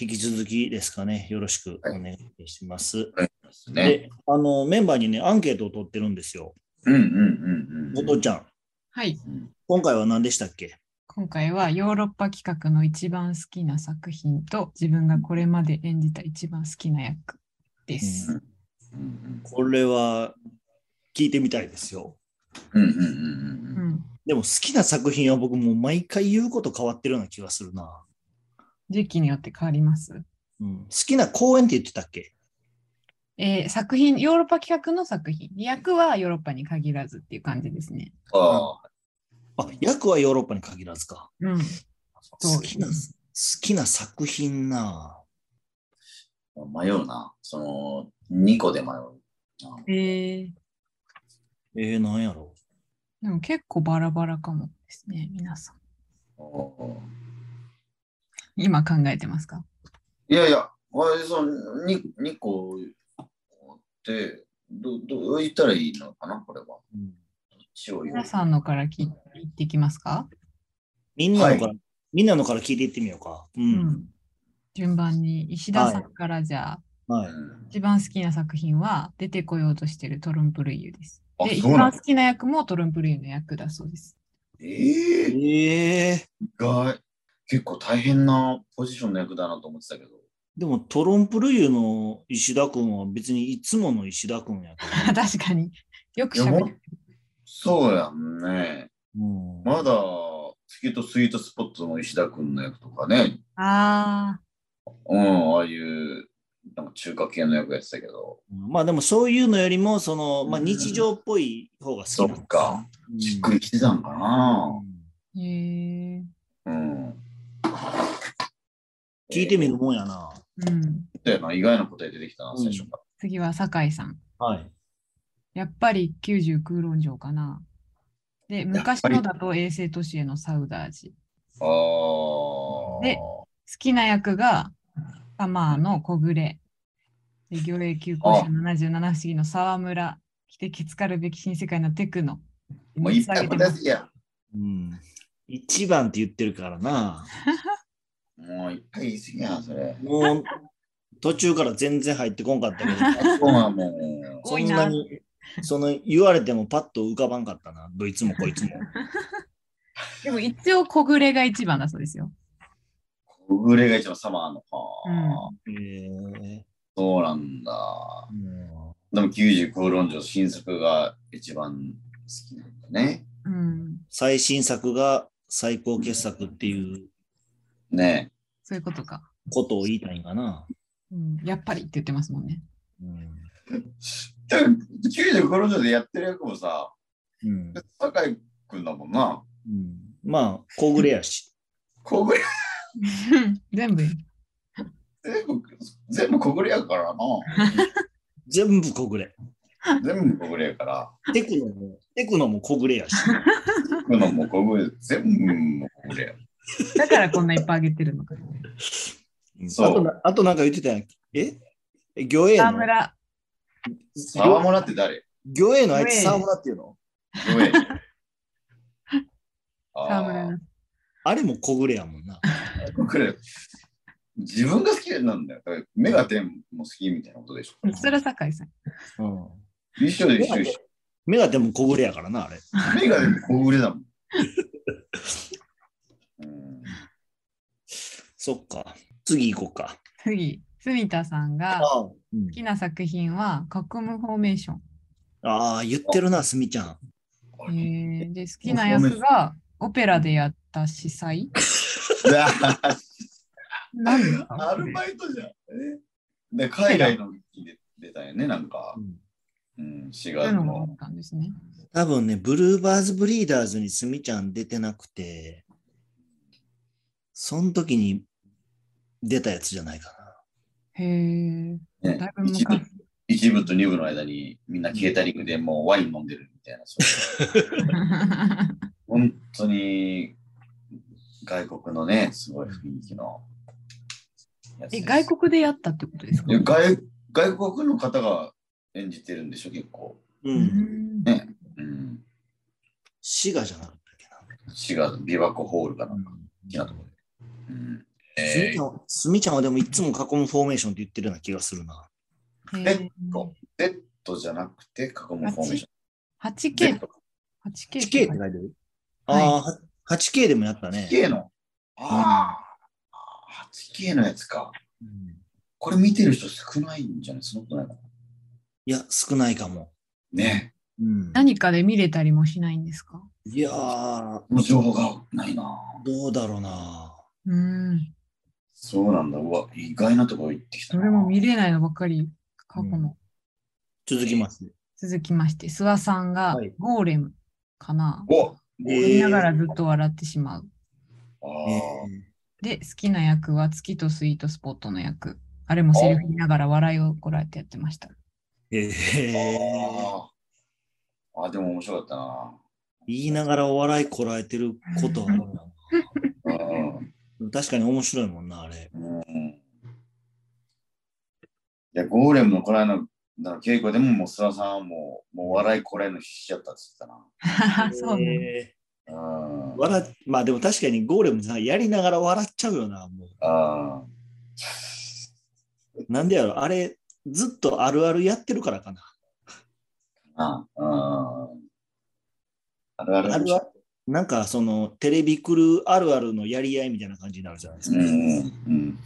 [SPEAKER 1] 引き続きですかね、よろしくお願いします。
[SPEAKER 2] ですね。
[SPEAKER 1] であの、メンバーにね、アンケートを取ってるんですよ。
[SPEAKER 2] うんうんうん
[SPEAKER 1] 後
[SPEAKER 2] うん。
[SPEAKER 1] 藤ちゃん、
[SPEAKER 3] はい、
[SPEAKER 1] 今回は何でしたっけ
[SPEAKER 3] 今回はヨーロッパ企画の一番好きな作品と自分がこれまで演じた一番好きな役です。
[SPEAKER 2] うん
[SPEAKER 1] これは聞いてみたいですよ。
[SPEAKER 2] うんうんうん
[SPEAKER 3] う
[SPEAKER 2] うんうん。
[SPEAKER 3] ん、
[SPEAKER 1] でも好きな作品は僕もう毎回言うこと変わってるような気がするな。
[SPEAKER 3] 時期によって変わります。
[SPEAKER 1] うん、好きな公演って言ってたっけ
[SPEAKER 3] えー作品、ヨーロッパ企画の作品。役はヨーロッパに限らずっていう感じですね。
[SPEAKER 2] ああ、
[SPEAKER 1] あ、役はヨーロッパに限らずか。
[SPEAKER 3] うん、そう
[SPEAKER 1] 好きな、好きな作品な。
[SPEAKER 2] 迷うな。その、2個で迷う。
[SPEAKER 3] えー、
[SPEAKER 1] えー、なんやろ
[SPEAKER 3] でも結構バラバラかもですね、皆さん。
[SPEAKER 2] うん
[SPEAKER 3] 今考えてますか
[SPEAKER 2] いやいや、あれそのに2個ってど、どう言ったらいいのかな、これは。どっ
[SPEAKER 1] う、
[SPEAKER 2] ちを言う
[SPEAKER 3] 皆さんのから聞い言ってきますか、
[SPEAKER 1] みんなのから、
[SPEAKER 2] は
[SPEAKER 1] みんなのから聞いていってみようか。う。
[SPEAKER 3] うん順番に石田さんからじゃあ、
[SPEAKER 1] は
[SPEAKER 2] う
[SPEAKER 1] い。
[SPEAKER 2] ん
[SPEAKER 3] 一番好きな作品は出てこようとしてるトルンプルイユです。
[SPEAKER 2] あ
[SPEAKER 3] で、一
[SPEAKER 2] そうな
[SPEAKER 3] 番
[SPEAKER 2] の
[SPEAKER 3] 好きな役もトルンプルイユの役だそうです。
[SPEAKER 2] ええ
[SPEAKER 1] えー、
[SPEAKER 2] 意外。結構大変なポジションの役だなと思ってたけど。
[SPEAKER 1] でもトロンプルユの石田君は別にいつもの石田君やから。
[SPEAKER 3] 確かによくしゃべ
[SPEAKER 2] いやほ
[SPEAKER 3] る
[SPEAKER 2] ん。そうやんね。
[SPEAKER 1] うん
[SPEAKER 2] まだ、月とスイートスポットの石田君の役とかね。
[SPEAKER 3] ああ、
[SPEAKER 2] うん、ああいう、なんか中華系の役やってたけど。
[SPEAKER 1] まあでもそういうのよりも、その、まあ、
[SPEAKER 2] うん
[SPEAKER 1] 日常っぽい方が好き
[SPEAKER 2] そ
[SPEAKER 1] なの
[SPEAKER 2] っか。
[SPEAKER 1] うん
[SPEAKER 2] しっくりきてたんかな。
[SPEAKER 1] うん
[SPEAKER 3] へえ。
[SPEAKER 2] うん。
[SPEAKER 1] 聞いてみるもんやな。
[SPEAKER 3] うん。
[SPEAKER 2] だよな、意外な答え出てきたな、
[SPEAKER 1] うん
[SPEAKER 2] 最初か
[SPEAKER 3] 次は酒井さん。
[SPEAKER 1] はい。
[SPEAKER 3] やっぱり90空論城かな。で、昔のだと衛星都市へのサウダージ。
[SPEAKER 2] ら。ああ。
[SPEAKER 3] で好きな役がサマーの小暮。で、魚影急行車77不思議の沢村。来てきつかるべき新世界のテクノ。
[SPEAKER 2] もういっぱい答えすぎや。
[SPEAKER 1] うん。一番って言ってるからな。
[SPEAKER 2] もういっぱい言いすぎや、それ。
[SPEAKER 1] もう、途中から全然入ってこんかったけ ど、
[SPEAKER 2] そうはも
[SPEAKER 1] そ
[SPEAKER 3] 多い
[SPEAKER 1] ん
[SPEAKER 3] な
[SPEAKER 1] なに、その言われてもパッと浮かばんかったな。どいつもこいつ も。
[SPEAKER 3] でも一応小暮が一番だそうですよ。
[SPEAKER 2] う、小暮が一番サマーの。あー
[SPEAKER 1] えー
[SPEAKER 2] そうなんだ。
[SPEAKER 1] うん
[SPEAKER 2] でも90空論上、新作が一番好きなんだね。
[SPEAKER 3] うん。
[SPEAKER 1] 最新作が最高傑作っていう
[SPEAKER 2] ね
[SPEAKER 3] そういうことか。
[SPEAKER 1] ことを言いたいんかな。
[SPEAKER 3] うん、やっぱりって言ってますもんね。
[SPEAKER 1] うん。
[SPEAKER 2] でも90空論上でやってる役もさ、
[SPEAKER 1] うん
[SPEAKER 2] 酒井君だもんな。
[SPEAKER 1] うん、まあ、小暮やし。
[SPEAKER 2] 小暮、
[SPEAKER 3] 全部。
[SPEAKER 2] 全部、全部小暮やからな。
[SPEAKER 1] 全部小暮。
[SPEAKER 2] 全部小暮やから。
[SPEAKER 1] テクノも、テクノも小暮やし。
[SPEAKER 2] 僕のもう小暮、全部もう小暮や。
[SPEAKER 3] だからこんないっぱいあげてるのか。
[SPEAKER 2] そう
[SPEAKER 1] あとなあとなんか言ってたやん。え魚影
[SPEAKER 3] 沢
[SPEAKER 1] の
[SPEAKER 3] 村。
[SPEAKER 2] 沢村って誰
[SPEAKER 1] 魚影のあい
[SPEAKER 3] 魚
[SPEAKER 1] つ
[SPEAKER 3] 影
[SPEAKER 1] 沢村っていうの
[SPEAKER 2] どうやねん
[SPEAKER 3] 沢
[SPEAKER 2] あ
[SPEAKER 3] 村。
[SPEAKER 1] あれも小暮やもんな。
[SPEAKER 2] ーこれ自分が好きなんだよ。だからメガテンも好きみたいなことでしょ。
[SPEAKER 3] それは酒井さん。
[SPEAKER 1] うん。
[SPEAKER 2] 一緒で一緒一緒。
[SPEAKER 1] 目がでも小暮やからな、あれ。
[SPEAKER 2] メガテンも小暮だもん。うん
[SPEAKER 1] そっか。次行こうか。
[SPEAKER 3] 次、住田さんが
[SPEAKER 1] ああ,、
[SPEAKER 3] 好
[SPEAKER 1] うん、
[SPEAKER 3] きな作品は「囲むフォーメーション
[SPEAKER 1] ああ、言ってるな、すみちゃん。」
[SPEAKER 2] あれ
[SPEAKER 3] えーで、好きな役がオペラでやった司祭。
[SPEAKER 2] うわー
[SPEAKER 3] 何です
[SPEAKER 2] ア
[SPEAKER 3] か
[SPEAKER 2] ルバイトじゃん。えで海外の劇で出たよね、なんか。うん、4
[SPEAKER 3] そうい
[SPEAKER 2] 月
[SPEAKER 3] うのがあ
[SPEAKER 2] の。
[SPEAKER 3] ったんですね。
[SPEAKER 1] 多分ね、ブルーバーズブリーダーズにすみちゃん出てなくて、その時に出たやつじゃないか
[SPEAKER 3] へえ。
[SPEAKER 2] ね
[SPEAKER 3] だいぶ
[SPEAKER 2] 一部
[SPEAKER 3] 昔。
[SPEAKER 2] 一部と二部の間にみんなケータリングでもうワイン飲んでるみたいな。そういう本当に外国のね、すごい雰囲気のやつで
[SPEAKER 3] え、
[SPEAKER 2] す。
[SPEAKER 3] 外国でやったってことですか
[SPEAKER 2] いや外外国の方が演じてるんでしょ、結構。
[SPEAKER 1] な。う。
[SPEAKER 3] うんん
[SPEAKER 2] うん。
[SPEAKER 1] 滋賀じゃなかったっけ
[SPEAKER 2] 滋賀の琵琶湖ホールか
[SPEAKER 1] な。
[SPEAKER 2] な、大きなところで。うん。
[SPEAKER 1] すみ
[SPEAKER 2] え
[SPEAKER 1] ちゃんすみちゃんはでもいつも囲むフォーメーションって言ってるような気がするな。
[SPEAKER 3] へ
[SPEAKER 2] え
[SPEAKER 3] ー
[SPEAKER 2] ー、と、Z じゃなくて、過去もフォーメーシ
[SPEAKER 3] 8K
[SPEAKER 2] ョ
[SPEAKER 1] 8K っ
[SPEAKER 2] ン。
[SPEAKER 3] 8K
[SPEAKER 1] て
[SPEAKER 3] とか
[SPEAKER 1] 書いてるああ、8K でもやったね。
[SPEAKER 2] 8K の。ああ、8K のやつか。
[SPEAKER 1] うん
[SPEAKER 2] これ見てる人少ないんじゃないそんなことないかない
[SPEAKER 1] や、少ないかも。
[SPEAKER 2] ね
[SPEAKER 1] うん
[SPEAKER 3] 何かで見れたりもしないんですか
[SPEAKER 1] いやー、
[SPEAKER 2] え、もう情報がないな。
[SPEAKER 1] どうだろうな。
[SPEAKER 3] うん。
[SPEAKER 2] そうなんだ。うわ、意外なところ行ってきた
[SPEAKER 3] そ
[SPEAKER 2] な。
[SPEAKER 3] れも見れないのばっかり、過去
[SPEAKER 1] うん
[SPEAKER 3] も。
[SPEAKER 1] 続きます。
[SPEAKER 3] 続きまして、諏訪さんが
[SPEAKER 1] はい
[SPEAKER 3] ゴーレムかな。
[SPEAKER 2] お
[SPEAKER 1] え
[SPEAKER 3] 見
[SPEAKER 1] ー
[SPEAKER 3] ながらずっと笑ってしまう。
[SPEAKER 2] あ
[SPEAKER 1] え
[SPEAKER 2] ー
[SPEAKER 3] で、好きな役は月とスイートスポットの役。あれもセリフ見ながら笑いをこらえてやってました。
[SPEAKER 1] ーえー
[SPEAKER 2] あーあー、でも面白かったな。
[SPEAKER 1] 言いながらお笑いこらえてることはあるな
[SPEAKER 2] うん。
[SPEAKER 1] 確かに面白いもんな、あれ。
[SPEAKER 2] うん、いや、ゴーレムのこの間のなんか稽古でも、もう諏訪さんはもう、もう笑いこらえるの必死だったって言って
[SPEAKER 3] そうね。
[SPEAKER 1] え
[SPEAKER 2] たな。うん
[SPEAKER 1] ー。笑っまあでも確かにゴーレムさんやりながら笑っちゃうよな、もう。
[SPEAKER 2] あ
[SPEAKER 1] なんでやろあれ、ずっとあるあるやってるからかな。
[SPEAKER 2] ーあー。あーあるある。
[SPEAKER 1] あるあるなんかそのテレビ来るあるあるのやり合いみたいな感じになるじゃないです
[SPEAKER 2] う
[SPEAKER 1] か。
[SPEAKER 2] んうん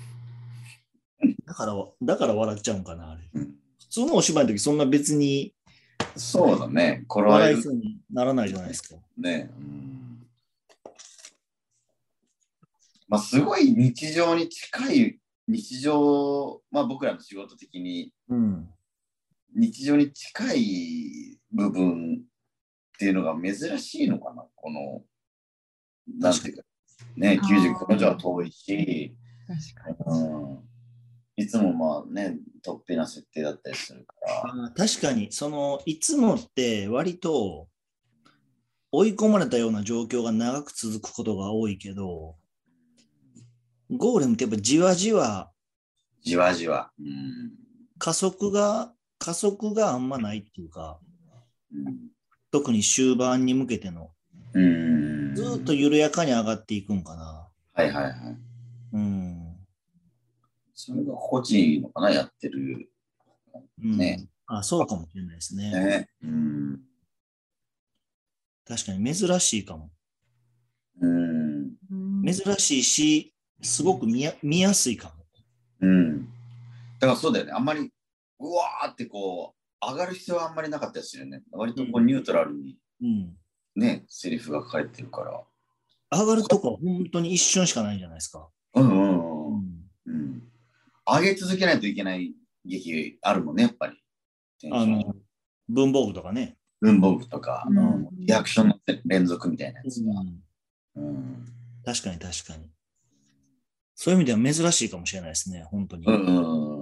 [SPEAKER 1] だから、だから笑っちゃうんかな、あれ。
[SPEAKER 2] うん。
[SPEAKER 1] 普通のお芝居の時そんな別に
[SPEAKER 2] そうだね。こらえ
[SPEAKER 1] 笑い
[SPEAKER 2] る
[SPEAKER 1] そうにならないじゃないですか。
[SPEAKER 2] ね、うん、まあすごい日常に近い日常まあ僕らの仕事的に
[SPEAKER 1] うん。
[SPEAKER 2] 日常に近い部分っていうのが珍しいのかなこのなんていうか、ね、
[SPEAKER 3] あー
[SPEAKER 2] 90キロじゃ遠いし、
[SPEAKER 3] 確か
[SPEAKER 2] う
[SPEAKER 3] に。
[SPEAKER 2] ん、いつもまあね、突飛な設定だったりするから、
[SPEAKER 1] あー確かに、その、いつもって割と追い込まれたような状況が長く続くことが多いけど、ゴーレムってやっぱじわじわ
[SPEAKER 2] じわじわ。うん
[SPEAKER 1] 加速が、加速があんまないっていうか、特に終盤に向けての、
[SPEAKER 2] うん。
[SPEAKER 1] ずーっと緩やかに上がっていくんかな。
[SPEAKER 2] はいはいはい。
[SPEAKER 1] うん。
[SPEAKER 2] それが心地いいのかな、やってる。
[SPEAKER 1] うん
[SPEAKER 2] ね
[SPEAKER 1] あ、そうかもしれないですね。
[SPEAKER 2] ね。うん。
[SPEAKER 1] 確かに珍しいかも。
[SPEAKER 2] うん。
[SPEAKER 3] うん
[SPEAKER 1] 珍しいし、すごく見や見やすいかも。
[SPEAKER 2] うん。だからそうだよね。あんまり、うわーってこう、上がる必要はあんまりなかったですよね。割とこうニュートラルに
[SPEAKER 1] うん。
[SPEAKER 2] ね、セリフが書かれてるから。
[SPEAKER 1] 上がるとこは本当に一瞬しかないじゃないですか。
[SPEAKER 2] うんうんうん。うん。上げ続けないといけない劇あるもんね、やっぱり。テンショ
[SPEAKER 1] あ
[SPEAKER 2] ン
[SPEAKER 1] の、文房具とかね。
[SPEAKER 2] 文房具とか、あの
[SPEAKER 3] うん
[SPEAKER 2] リアクションの連続みたいなやつが。うん。
[SPEAKER 1] 確かに確かに。そういう意味では珍しいかもしれないですね、本当に。
[SPEAKER 2] うんうんうん。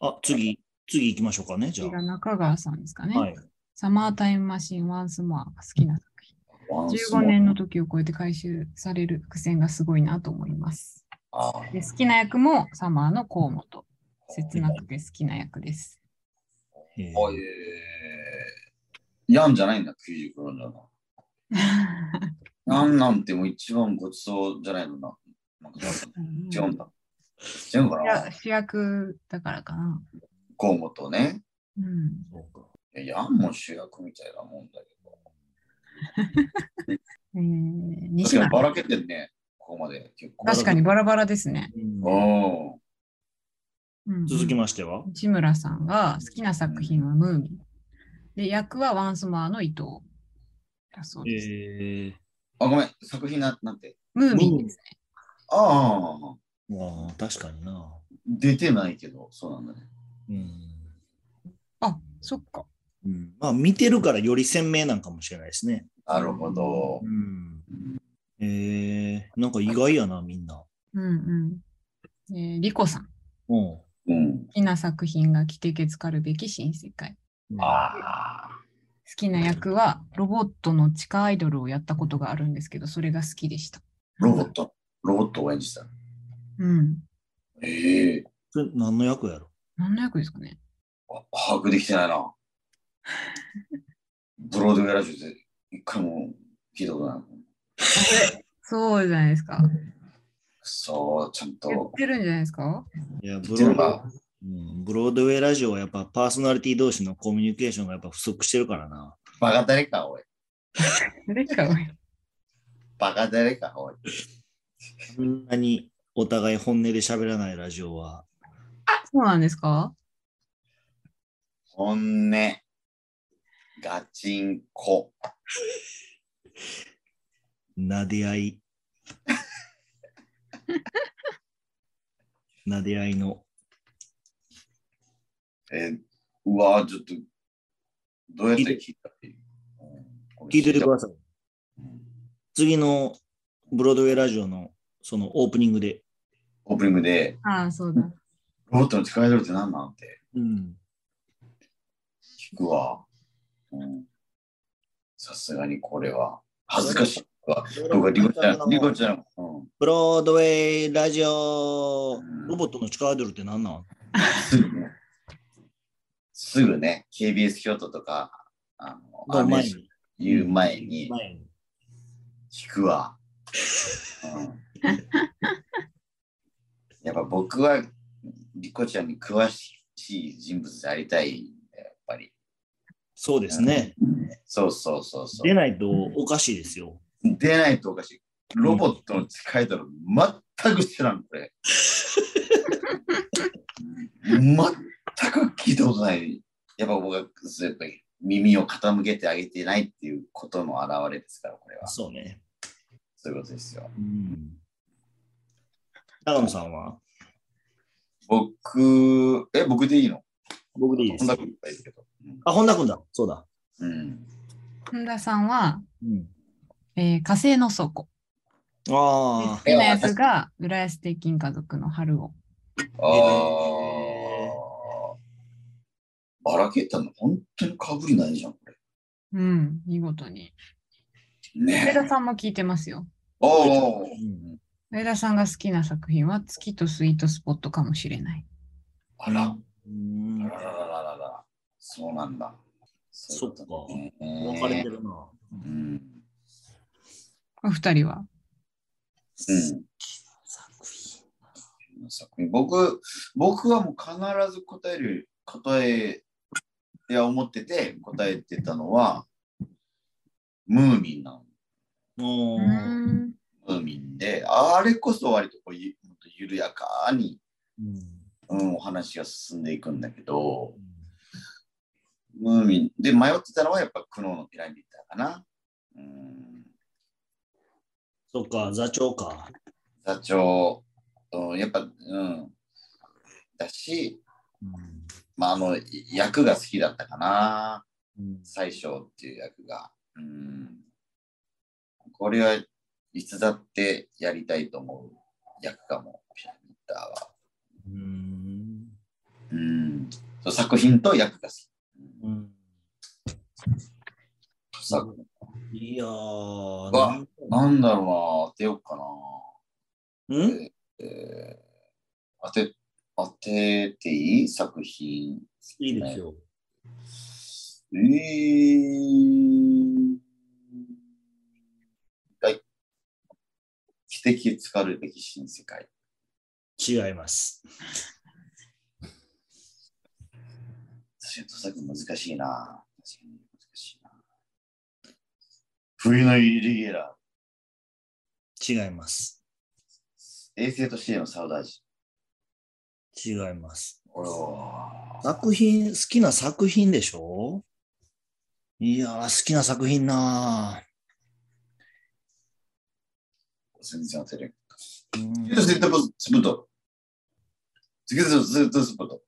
[SPEAKER 1] あ、次、次行きましょうかね、じゃ
[SPEAKER 3] 次が中川さんですかね。
[SPEAKER 1] あ。はい。
[SPEAKER 3] サマータイムマシンワンスモアが好きな作品。
[SPEAKER 2] ワンスモ
[SPEAKER 3] 15年の時を超えて回収される伏線がすごいなと思います。
[SPEAKER 2] あー
[SPEAKER 3] で好きな役もサマーの河本。切なくて好きな役です。
[SPEAKER 1] えー
[SPEAKER 2] おい。やんじゃないんだ、90キロじゃな。なんなんてもう一番ごちそうじゃないのな。なんか違うんだ。違うのか
[SPEAKER 3] い
[SPEAKER 2] な
[SPEAKER 3] や主役だからかな。
[SPEAKER 2] 河本ね。
[SPEAKER 3] うん、
[SPEAKER 1] そうか
[SPEAKER 2] いや、んも主役みたいなもんだけど。
[SPEAKER 3] えー、
[SPEAKER 2] 確
[SPEAKER 3] 西
[SPEAKER 2] か
[SPEAKER 3] 村
[SPEAKER 2] にばらけてるね。ここまで結構。
[SPEAKER 3] 確かにバラバラですね。
[SPEAKER 1] うん
[SPEAKER 2] おー
[SPEAKER 3] うん
[SPEAKER 1] 続きましては、
[SPEAKER 3] 西村さんが好きな作品はムーミン。で、役はワンスモアの伊藤だそう
[SPEAKER 1] え
[SPEAKER 3] です。
[SPEAKER 1] ー
[SPEAKER 2] あ、ごめん。作品ななんて。
[SPEAKER 3] ムーミンですね。
[SPEAKER 2] あ
[SPEAKER 1] あ
[SPEAKER 2] あ、
[SPEAKER 1] あ、確かにな。
[SPEAKER 2] 出てないけど、そうなんだね。
[SPEAKER 1] うん。
[SPEAKER 3] あ、そっか。
[SPEAKER 1] うん、まあ、見てるからより鮮明なんかもしれないですね。
[SPEAKER 2] なるほど。
[SPEAKER 1] うん。えー、なんか意外やな、みんな。
[SPEAKER 3] うんうん。えー、リコさん。好
[SPEAKER 1] うん。
[SPEAKER 2] うん。
[SPEAKER 3] きな作品が着てけつかるべき新世界。
[SPEAKER 2] ああ。
[SPEAKER 3] 好きな役はロボットの地下アイドルをやったことがあるんですけど、それが好きでした。
[SPEAKER 2] ロボット。ロボットを演じた。
[SPEAKER 3] うん。
[SPEAKER 2] ええ
[SPEAKER 1] それ何の役やろ
[SPEAKER 3] 何の役ですかね
[SPEAKER 2] あ把握できてないな。ブロードウェイラジオで一回も聞いたことない。
[SPEAKER 3] そうじゃないですか。
[SPEAKER 2] そう、ちゃん
[SPEAKER 3] 言
[SPEAKER 2] と
[SPEAKER 3] っ。てるんじゃないですか
[SPEAKER 1] いや、ブ
[SPEAKER 2] 言っ
[SPEAKER 1] ロ
[SPEAKER 2] て
[SPEAKER 1] ー
[SPEAKER 2] るの
[SPEAKER 1] ド
[SPEAKER 2] が、
[SPEAKER 1] うん、ブロードウェイラジオはやっぱパーソナリティ同士のコミュニケーションがやっぱ不足してるからな。
[SPEAKER 2] バカ誰か、おい。
[SPEAKER 3] それか、
[SPEAKER 2] バカ誰か、おい。
[SPEAKER 1] こんなにお互い本音で喋らないラジオは。
[SPEAKER 3] そうなんですか
[SPEAKER 2] 本音。ガチンコ。
[SPEAKER 1] なで合い。なで合いの。
[SPEAKER 2] えーうわーちょっと、どうやって聞いたっていう。うん
[SPEAKER 1] 聞いててくだ
[SPEAKER 2] い。
[SPEAKER 1] さい。
[SPEAKER 2] うん
[SPEAKER 1] 次のブロードウェイラジオのそのオープニングで。
[SPEAKER 2] オープニングで、
[SPEAKER 3] ああ、そうだ。
[SPEAKER 2] ロボットの使い取りって何なんて
[SPEAKER 1] うん。
[SPEAKER 2] 聞くわ。うんさすがにこれは。恥ずかしいわ。僕はリコちゃん、リコちゃん。うん
[SPEAKER 1] ブロードウェイラジオ、ロボットの地下アイドルって何なん
[SPEAKER 2] すぐね。すぐね、KBS 京都とか、あの、
[SPEAKER 1] の前
[SPEAKER 2] あれ
[SPEAKER 1] に。
[SPEAKER 2] 言う前に
[SPEAKER 1] 前に。
[SPEAKER 2] 聞くわ。うん やっぱ僕は、リコちゃんに詳しい人物でありたいんだよやっぱり。
[SPEAKER 1] そうですね。
[SPEAKER 2] そうそうそうそう。
[SPEAKER 1] 出ないとおかしいですよ。
[SPEAKER 2] 出ないとおかしい。ロボットの使いだろ、全く知らん、これ。全く聞いたことない。やっぱ僕はやっぱり耳を傾けてあげてないっていうことの表れですから、これは。
[SPEAKER 1] そうね。
[SPEAKER 2] そういうことですよ。
[SPEAKER 1] うん。高野さんは
[SPEAKER 2] 僕、え、僕でいいの
[SPEAKER 1] 僕でいいです
[SPEAKER 2] こんなことないですけど。
[SPEAKER 1] あ、本田君だ。そうだ。
[SPEAKER 2] うん。
[SPEAKER 3] 本田さんは、
[SPEAKER 1] うん。
[SPEAKER 3] えー火星の倉庫。で好
[SPEAKER 1] あ
[SPEAKER 3] きな役が、浦安鉄筋家族の春を。
[SPEAKER 2] ああ。ばらけたの、本当にかぶりないじゃん、これ。
[SPEAKER 3] うん、見事に。上
[SPEAKER 2] ねえ。
[SPEAKER 3] 田さんも聞いてますよ。
[SPEAKER 2] ああ。
[SPEAKER 1] あ。うん
[SPEAKER 3] 上田さんが好きな作品は、月とスイートスポットかもしれない。
[SPEAKER 2] あら。
[SPEAKER 1] うん。
[SPEAKER 2] あらららららら。そうなんだ。
[SPEAKER 1] そっか。分
[SPEAKER 2] 分
[SPEAKER 1] かれてるな。
[SPEAKER 2] うん。
[SPEAKER 3] お二人は。
[SPEAKER 2] うん
[SPEAKER 1] 作品。
[SPEAKER 2] 作品僕僕はもう必ず答える答えいや思ってて答えてたのはムーミンなの
[SPEAKER 1] も
[SPEAKER 3] う
[SPEAKER 1] う、
[SPEAKER 3] ん。
[SPEAKER 2] ムーミンであれこそ割とこうゆほんと緩やかに、
[SPEAKER 1] うん
[SPEAKER 2] うん、お話が進んでいくんだけどムーミンで迷ってたのはやっぱ苦悩のピラミッドかな、うん、
[SPEAKER 1] そっか、座長か。
[SPEAKER 2] 座長、うん、やっぱうんだし、
[SPEAKER 1] うん
[SPEAKER 2] まあ、あの役が好きだったかな
[SPEAKER 1] うん
[SPEAKER 2] 最小っていう役が。うん。これはいつだってやりたいと思う役かも、ピラミッダーは。
[SPEAKER 1] うん
[SPEAKER 2] うん。そう作品と役が好き。
[SPEAKER 1] うん
[SPEAKER 2] 作
[SPEAKER 1] いやー、
[SPEAKER 2] わ
[SPEAKER 1] なんか
[SPEAKER 2] なんだろうな、当てようかな。
[SPEAKER 1] うん
[SPEAKER 2] えー当て、当てていい作品。
[SPEAKER 1] いいですよ。
[SPEAKER 2] えー。はい。奇跡つかるべき新世界。
[SPEAKER 1] 違います。
[SPEAKER 2] 確かに、著作難しいな。確かに難しいな。冬のイレギュラ
[SPEAKER 1] 違います。
[SPEAKER 2] ー、衛星としてのサウダージ。
[SPEAKER 1] 違います。
[SPEAKER 2] おー
[SPEAKER 1] 作品、好きな作品でしょいやー、好きな作品な
[SPEAKER 2] 全然当てれ
[SPEAKER 1] ー
[SPEAKER 2] ん。
[SPEAKER 1] うん
[SPEAKER 2] 次のセットポスポット。次のセットスポット。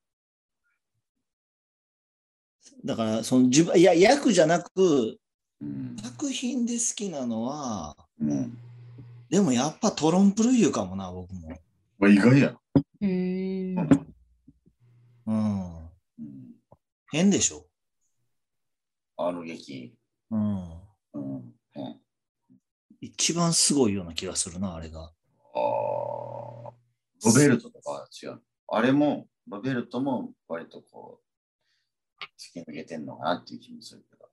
[SPEAKER 1] だから、その自分、いや、役じゃなく、
[SPEAKER 2] うん。
[SPEAKER 1] 作品で好きなのは、
[SPEAKER 2] うん。
[SPEAKER 1] でもやっぱトロンプルユかもな、僕も。
[SPEAKER 2] これ意外や。
[SPEAKER 3] へえ。
[SPEAKER 1] うん。
[SPEAKER 2] うん。
[SPEAKER 1] 変でしょ。
[SPEAKER 2] あの劇。
[SPEAKER 1] うん。
[SPEAKER 2] うん。うん、あ
[SPEAKER 1] 一番すごいような気がするな、あれが。
[SPEAKER 2] あ。ロベルトとかは違う。あれも、ロベルトも割とこう、突き抜けてんのかなっていう気もするけど。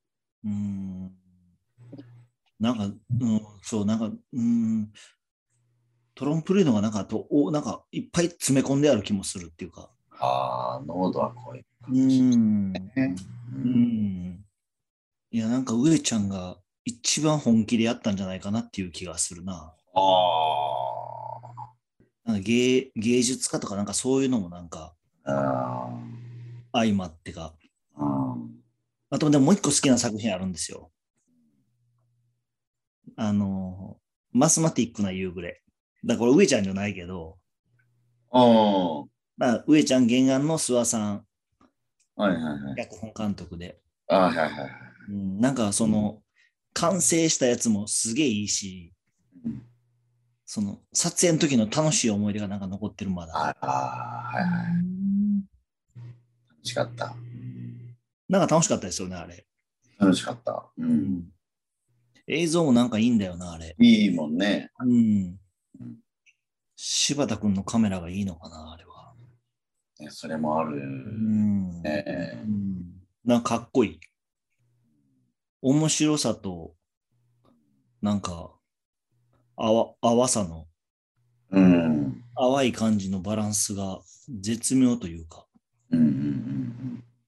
[SPEAKER 1] うん。なんか、うん、そう、なんか、うん。トロンプルーのがなんかと、お、なんか、いっぱい詰め込んである気もするっていうか。
[SPEAKER 2] ああ、濃度は濃い。
[SPEAKER 1] うん。
[SPEAKER 2] う
[SPEAKER 1] う。ん。いや、なんか、上ちゃんが一番本気でやったんじゃないかなっていう気がするな。
[SPEAKER 2] ああ
[SPEAKER 1] なんか芸、芸術家とか、なんかそういうのもなんか、
[SPEAKER 2] あ
[SPEAKER 1] 相まってか。
[SPEAKER 2] ー。うん。
[SPEAKER 1] あと、でももう一個好きな作品あるんですよ。あの、マスマティックな夕暮れ。だから、これ、上ちゃんじゃないけど、
[SPEAKER 2] あ
[SPEAKER 1] まあ、上ちゃん原案の諏訪さん、
[SPEAKER 2] あ。はいはいはい。
[SPEAKER 1] 脚本監督で、
[SPEAKER 2] ああ、はいはいはい。
[SPEAKER 1] うん、なんかその、完成したやつもすげえいいし、
[SPEAKER 2] うん
[SPEAKER 1] その、撮影の時の楽しい思い出がなんか残ってる、まだ。
[SPEAKER 2] ああ、はいはい。楽しかった。
[SPEAKER 1] なんか楽しかったですよね、あれ。
[SPEAKER 2] 楽しかった。うん。
[SPEAKER 1] 映像もなんかいいんだよな、あれ。
[SPEAKER 2] いいもんね。
[SPEAKER 1] うん
[SPEAKER 2] うん。
[SPEAKER 1] 柴田君のカメラがいいのかな、あれは。
[SPEAKER 2] ねそれもある。
[SPEAKER 1] うん。
[SPEAKER 2] え
[SPEAKER 1] うんなんかかっこいい。面白さと、なんか、あわ、淡さの、
[SPEAKER 2] ーうん。
[SPEAKER 1] 淡い感じのバランスが絶妙というか、
[SPEAKER 2] うんうん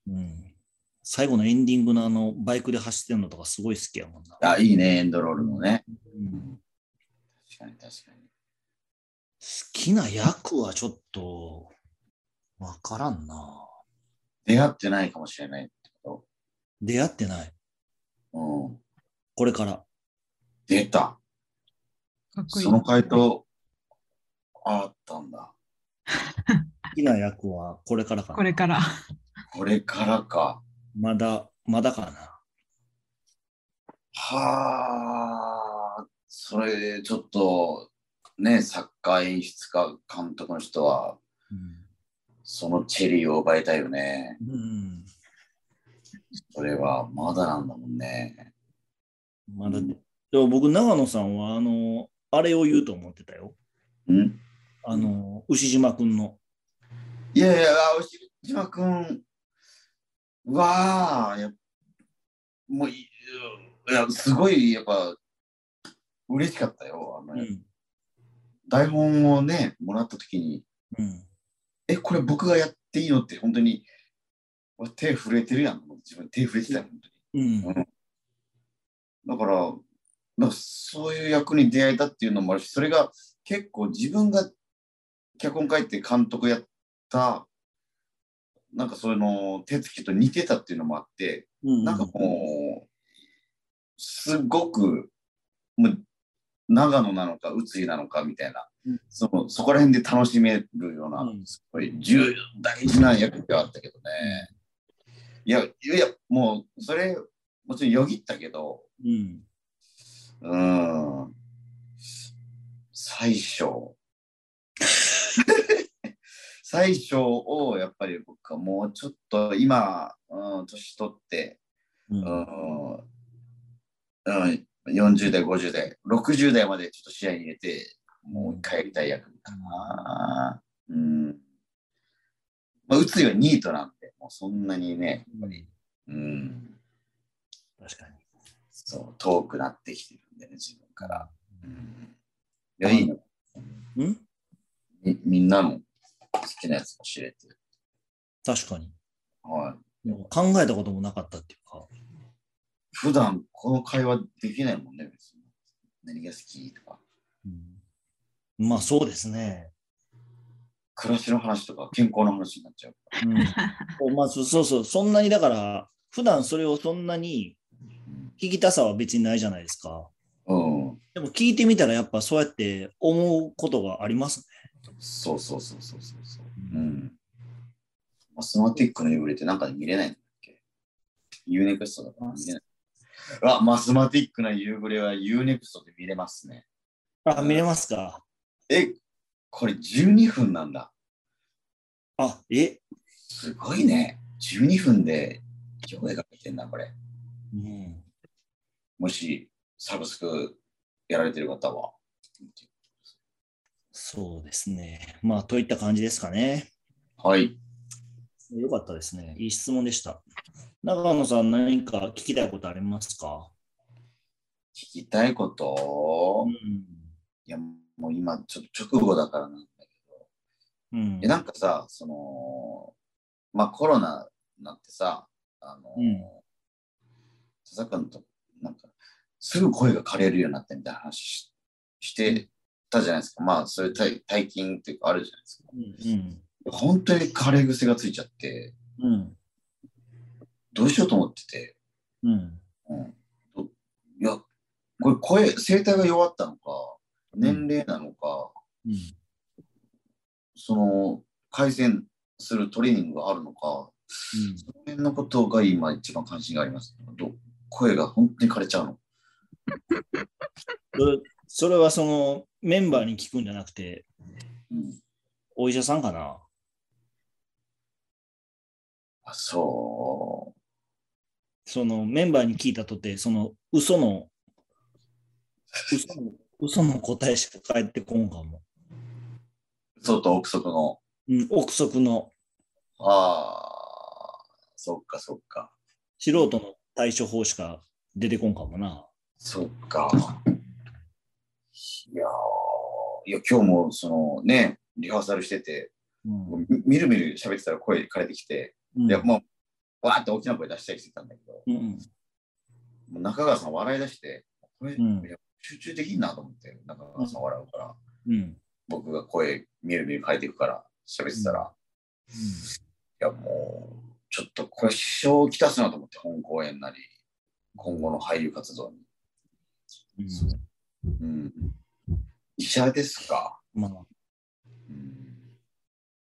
[SPEAKER 2] うん
[SPEAKER 1] うん。最後のエンディングのあの、バイクで走ってるのとかすごい好きやもんな
[SPEAKER 2] うん。。あ、いいね、エンドロールのね。
[SPEAKER 1] うん
[SPEAKER 2] 確かに確かに。
[SPEAKER 1] 好きな役はちょっと、わからんな。
[SPEAKER 2] 出会ってないかもしれないってこ
[SPEAKER 1] 出会ってない。
[SPEAKER 2] と。うん。
[SPEAKER 1] これから。
[SPEAKER 2] 出た。
[SPEAKER 3] かっこいい
[SPEAKER 2] そ。の回答、あったんだ。
[SPEAKER 1] 好きな役はこれからかな。
[SPEAKER 3] これから。
[SPEAKER 2] これからか。
[SPEAKER 1] まだ、まだかな。
[SPEAKER 2] はあ、それちょっと、ね、作家、演出家、監督の人は、そのチェリーを奪いたいよね。
[SPEAKER 1] うんうん
[SPEAKER 2] それはまだなんだもんね。
[SPEAKER 1] まだねでも僕、長野さんは、あの、あれを言うと思ってたよ。
[SPEAKER 2] うん
[SPEAKER 1] あの、牛島くんの。
[SPEAKER 2] いやいや、牛島くんは、やっもういいや、すごい、やっぱ、嬉しかったよ。あの
[SPEAKER 1] うん。
[SPEAKER 2] 台本をね、もらった時に、
[SPEAKER 1] うん。
[SPEAKER 2] え、これ僕がやっていいのって、本当に、うわ手震えてるやん。自分手震えてたよ、本当に。
[SPEAKER 1] うん。
[SPEAKER 2] だから、なんかそういう役に出会えたっていうのもあるし、それが結構自分が脚本書いて監督やった、なんかその手つきと似てたっていうのもあって、
[SPEAKER 1] うん。
[SPEAKER 2] なんかもう、すごく、もう、長野なのか、宇津井なのかみたいな
[SPEAKER 1] うん、
[SPEAKER 2] そのそこら辺で楽しめるような、
[SPEAKER 1] うん
[SPEAKER 2] すごい重大事な役ではあったけどね。いや、いや、もう、それ、もちろんよぎったけど、
[SPEAKER 1] うん。
[SPEAKER 2] うん最初。 最初をやっぱり僕はもうちょっと今、うん、年取って、
[SPEAKER 1] うん
[SPEAKER 2] うんうん、40代、50代、60代までちょっと試合に入れて、もう一回やりたい役かな。うん。まあ、打つよりニートなんで、もうそんなにね、うん、
[SPEAKER 1] 確かに。
[SPEAKER 2] そう、遠くなってきてるんでね、自分から。うん、いや、いいの。
[SPEAKER 1] うん
[SPEAKER 2] みみんなの好きなやつも知れてる。
[SPEAKER 1] 確かに。
[SPEAKER 2] はい。
[SPEAKER 1] でも考えたこともなかったっていうか。
[SPEAKER 2] 普段この会話できないもんね、別に。何が好きとか。
[SPEAKER 1] うん、まあそうですね。
[SPEAKER 2] 暮らしの話とか健康の話になっちゃう。
[SPEAKER 1] うん、まあそうそうそう、そんなにだから、普段それをそんなに聞きたさは別にないじゃないですか。
[SPEAKER 2] うん。
[SPEAKER 1] でも聞いてみたらやっぱそうやって思うことがありますね。
[SPEAKER 2] そうそうそうそうそうそう。うん。まあ、スマティックの幽霊ってなんかで見れないんだっけユーネクストだから見れない。あ、マスマティックな夕暮れはユーネクストで見れますね。
[SPEAKER 1] あ、見れますか。
[SPEAKER 2] え、これ12分なんだ。
[SPEAKER 1] あ、え、
[SPEAKER 2] すごいね。12分で今日描けてんな、これ。
[SPEAKER 1] うん、
[SPEAKER 2] もし、サブスクやられてる方は。
[SPEAKER 1] そうですね。まあといった感じですかね。
[SPEAKER 2] はい。
[SPEAKER 1] よかったですね。いい質問でした。長野さん何か聞きたいことありますか、
[SPEAKER 2] 聞きたいこと
[SPEAKER 1] う
[SPEAKER 2] い
[SPEAKER 1] ん
[SPEAKER 2] や、もう今、ちょっと直後だからなんだけど。
[SPEAKER 1] うん
[SPEAKER 2] え、なんかさ、その、まあコロナになってさ、あの、
[SPEAKER 1] うん
[SPEAKER 2] 佐々君と、なんか、すぐ声が枯れるようになったみたいな話ししてたじゃないですか。まあ、そういう体体験っていうかあるじゃないですか。
[SPEAKER 1] うん
[SPEAKER 2] 本当に枯れ癖がついちゃって、
[SPEAKER 1] うん
[SPEAKER 2] どうしようと思ってて、
[SPEAKER 1] うん
[SPEAKER 2] うん、どいや、これ声、声帯が弱ったのか、年齢なのか、
[SPEAKER 1] うん
[SPEAKER 2] その、改善するトレーニングがあるのか、その辺のことが今一番関心があります。ど声が本当に枯れちゃうの。
[SPEAKER 1] それそれはそのメンバーに聞くんじゃなくて、
[SPEAKER 2] うん、
[SPEAKER 1] お医者さんかな
[SPEAKER 2] あそ
[SPEAKER 1] そのメンバーに聞いたとて、その嘘の、嘘の嘘の答えしか返ってこんかも。
[SPEAKER 2] う、そうと憶測の、
[SPEAKER 1] うん、憶測の
[SPEAKER 2] ああ、そっかそっか、
[SPEAKER 1] 素人の対処法しか出てこんかもな。
[SPEAKER 2] そっか。いやーいや今日もそのね、リハーサルしてて、
[SPEAKER 1] うん
[SPEAKER 2] みみるみる喋ってたら声枯れてきて、でもう、わーって大きな声出したりしてたんだけど、
[SPEAKER 1] うん
[SPEAKER 2] もう中川さん笑い出して、これ、
[SPEAKER 1] うん
[SPEAKER 2] いや集中できんなと思って、中川さん笑うから、
[SPEAKER 1] うん
[SPEAKER 2] 僕が声みるみる変えていくから喋ってたら、いやもう、ちょっとこれ支障をきたすなと思って、本公演なり、今後の俳優活動に。
[SPEAKER 1] うん
[SPEAKER 2] うん、医者ですか、
[SPEAKER 1] まあ
[SPEAKER 2] うん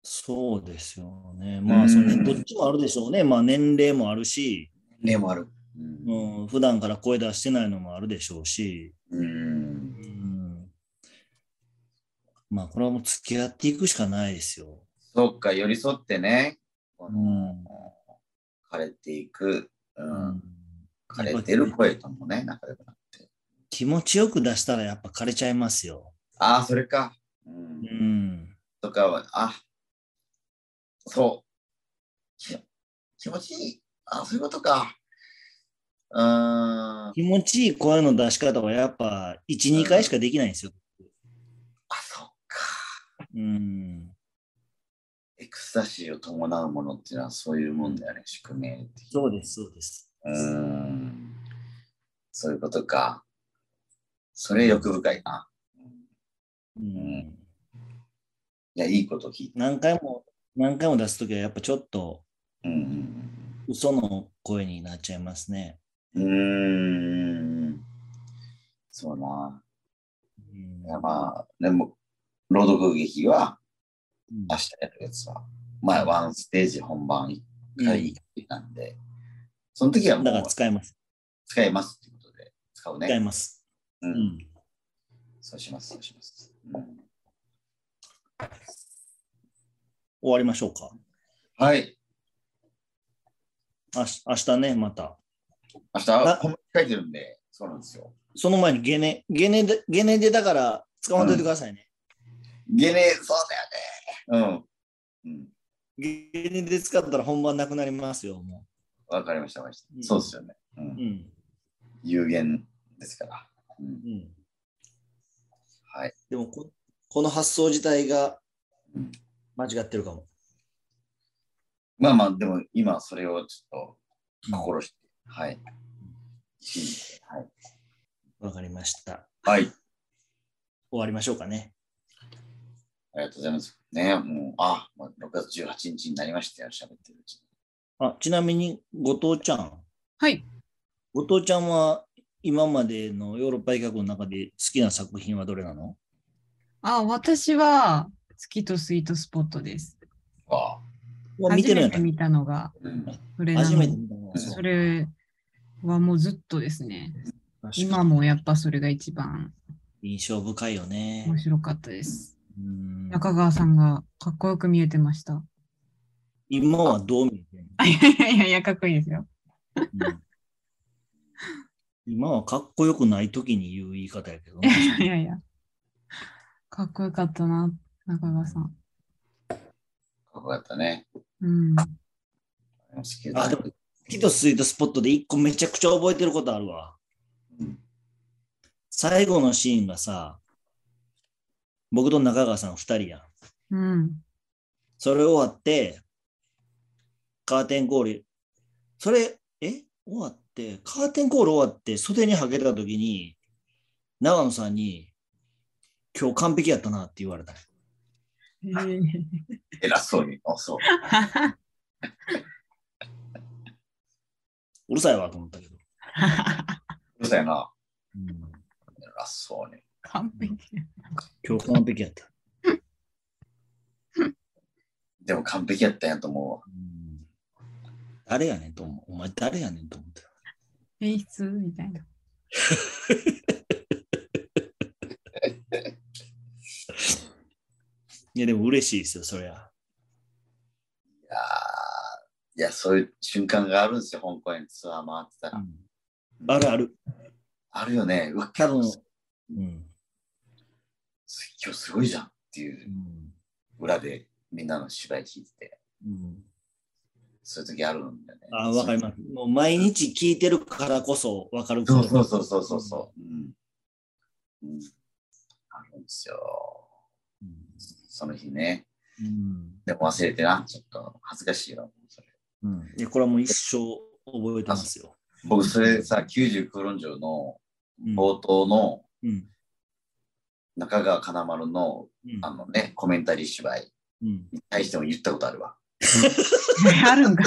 [SPEAKER 1] そうですよね。まあ、それどっちもあるでしょうね。まあ、年齢もあるし、
[SPEAKER 2] 年齢もある。うん。
[SPEAKER 1] うん、普段から声出してないのもあるでしょうし、
[SPEAKER 2] うん。
[SPEAKER 1] うん、まあこれはもう付き合っていくしかないですよ。
[SPEAKER 2] そっか、寄り添ってね、こ
[SPEAKER 1] う
[SPEAKER 2] の
[SPEAKER 1] ん、
[SPEAKER 2] 枯れていく、う、
[SPEAKER 1] うん
[SPEAKER 2] 枯れてる声ともね、仲良くなって。
[SPEAKER 1] 気持ちよく出したらやっぱ枯れちゃいますよ。
[SPEAKER 2] ああ、それか。うん
[SPEAKER 1] う。ん、
[SPEAKER 2] とかは、あ、そう。き気持ちいい。あ、そういうことか。うーん。
[SPEAKER 1] 気持ちいい声の出し方はやっぱ1、2回しかできないんですよ。
[SPEAKER 2] あ、そっか。
[SPEAKER 1] うん、
[SPEAKER 2] エクスタシーを伴うものっていうのはそういうもんだよね、宿命っていう。
[SPEAKER 1] そうです、そうです。
[SPEAKER 2] うーん。そういうことか。それ欲深いな。
[SPEAKER 1] うん、
[SPEAKER 2] いや、いいこと聞いた。
[SPEAKER 1] 何回も何回も出すときはやっぱちょっと
[SPEAKER 2] うん。
[SPEAKER 1] 嘘の声になっちゃいますね。
[SPEAKER 2] うーん。そうな。
[SPEAKER 1] うん
[SPEAKER 2] いやまあ、でも、朗読劇は
[SPEAKER 1] うん
[SPEAKER 2] 明日やるやつは、まあ、ワンステージ本番1回なんで、その時はも
[SPEAKER 1] だから
[SPEAKER 2] う
[SPEAKER 1] 使います。
[SPEAKER 2] 使えますっていうことで、使うね。
[SPEAKER 1] 使います。
[SPEAKER 2] う
[SPEAKER 1] うんん。
[SPEAKER 2] そうします、そうします。うん
[SPEAKER 1] 終わりましょうか。
[SPEAKER 2] はい。
[SPEAKER 1] あし明日ね、また。
[SPEAKER 2] 明日、
[SPEAKER 1] あ
[SPEAKER 2] コメント書いてるんで、そうなんですよ。
[SPEAKER 1] その前にゲネ、ゲネで、ゲネでだから捕まえておいてくださいね。
[SPEAKER 2] ゲネ、そうだよね。うん。うん。
[SPEAKER 1] ゲネで使ったら本番なくなりますよ、も
[SPEAKER 2] わかりました、わかりました。
[SPEAKER 1] うん
[SPEAKER 2] そうですよね。う。
[SPEAKER 1] う。うんん。
[SPEAKER 2] 有限ですから。うん
[SPEAKER 1] う。ん、
[SPEAKER 2] はい。
[SPEAKER 1] でもこ、この発想自体が
[SPEAKER 2] うん
[SPEAKER 1] 間違ってるかも。
[SPEAKER 2] まあまあ、でも今、それをちょっと心して、はい。信じてはい。
[SPEAKER 1] わかりました。
[SPEAKER 2] はい。
[SPEAKER 1] 終わりましょうかね。
[SPEAKER 2] ありがとうございます。ね、もう、あ、もう6月18日になりましたよ、喋ってるうちに。
[SPEAKER 1] あ、ちなみに、後藤ちゃん。
[SPEAKER 3] はい。
[SPEAKER 1] 後藤ちゃんは今までのヨーロッパ医学の中で好きな作品はどれなの
[SPEAKER 3] あ、私は月とスイートスポットです。
[SPEAKER 2] わあ。
[SPEAKER 1] うわ見
[SPEAKER 3] 初
[SPEAKER 1] てるんや
[SPEAKER 3] め
[SPEAKER 1] った
[SPEAKER 3] て見たのが、
[SPEAKER 2] うん。
[SPEAKER 3] それな
[SPEAKER 1] 初めて
[SPEAKER 3] の。
[SPEAKER 1] 見たの
[SPEAKER 2] うん
[SPEAKER 1] そう
[SPEAKER 3] それはもうずっとですね。
[SPEAKER 1] 確かに
[SPEAKER 3] 今もやっぱそれが一番
[SPEAKER 1] 印象深いよね
[SPEAKER 3] 面。白かったです。
[SPEAKER 1] うん
[SPEAKER 3] 中川さんがかっこよく見えてました。
[SPEAKER 1] 今はどう見えてん
[SPEAKER 3] あいやいやいやいや、かっこいいですよ。
[SPEAKER 1] の、うん今はかっこよくない時に言う言い方やけどね、
[SPEAKER 3] いやいや。かっこよかったな、中川さん。
[SPEAKER 2] かっこよかったね。
[SPEAKER 3] うん。
[SPEAKER 2] 好きだ
[SPEAKER 1] あ、でも、キとスイートスポットで一個めちゃくちゃ覚えてることあるわ。
[SPEAKER 2] うん
[SPEAKER 1] 最後のシーンがさ、僕と中川さん二人やん。
[SPEAKER 3] うん。
[SPEAKER 1] それ終わって、カーテンコール、それ、え終わって、カーテンコール終わって、袖にはけたときに、長野さんに、今日完璧やったなって言われた。
[SPEAKER 3] えー
[SPEAKER 2] 偉そうに。あ、そう。
[SPEAKER 1] うるさいわと思ったけど。
[SPEAKER 2] うるさいな。
[SPEAKER 1] うん
[SPEAKER 2] 偉そうに。
[SPEAKER 3] 完璧。
[SPEAKER 1] 今日完璧やった。
[SPEAKER 2] でも完璧やったんやと思うわ。
[SPEAKER 1] うん誰やねんと思う。お前誰やねんと思って。
[SPEAKER 3] 演出みたいな。
[SPEAKER 1] いや、でも嬉しいですよ、そりゃ。
[SPEAKER 2] いやーいや、そういう瞬間があるんですよ、香港にツアー回ってたら。
[SPEAKER 1] あるある。
[SPEAKER 2] あるよね。うわ、
[SPEAKER 1] 多分
[SPEAKER 2] 今日
[SPEAKER 1] うん。。
[SPEAKER 2] す今日すごいじゃんっていううん裏でみんなの芝居聞いてて、
[SPEAKER 1] うん、
[SPEAKER 2] そういう時あるんだよね。
[SPEAKER 1] あ、わかります。もう毎日聞いてるからこそわかる
[SPEAKER 2] そ
[SPEAKER 1] こ
[SPEAKER 2] う
[SPEAKER 1] と
[SPEAKER 2] そうそうそうそうそう。うん。うん。あるんですよ。その日ね。
[SPEAKER 1] うん
[SPEAKER 2] でも忘れてな。ちょっと恥ずかしいわ。それ
[SPEAKER 1] うん、いやこれはもう一生覚えてますよ。
[SPEAKER 2] 僕、それさ、90空論城の
[SPEAKER 1] うん
[SPEAKER 2] 冒頭の
[SPEAKER 1] うん
[SPEAKER 2] 中川金丸の
[SPEAKER 1] うん
[SPEAKER 2] あのね、コメンタリー芝居
[SPEAKER 1] うん
[SPEAKER 2] に対しても言ったことあるわ。
[SPEAKER 3] あるんか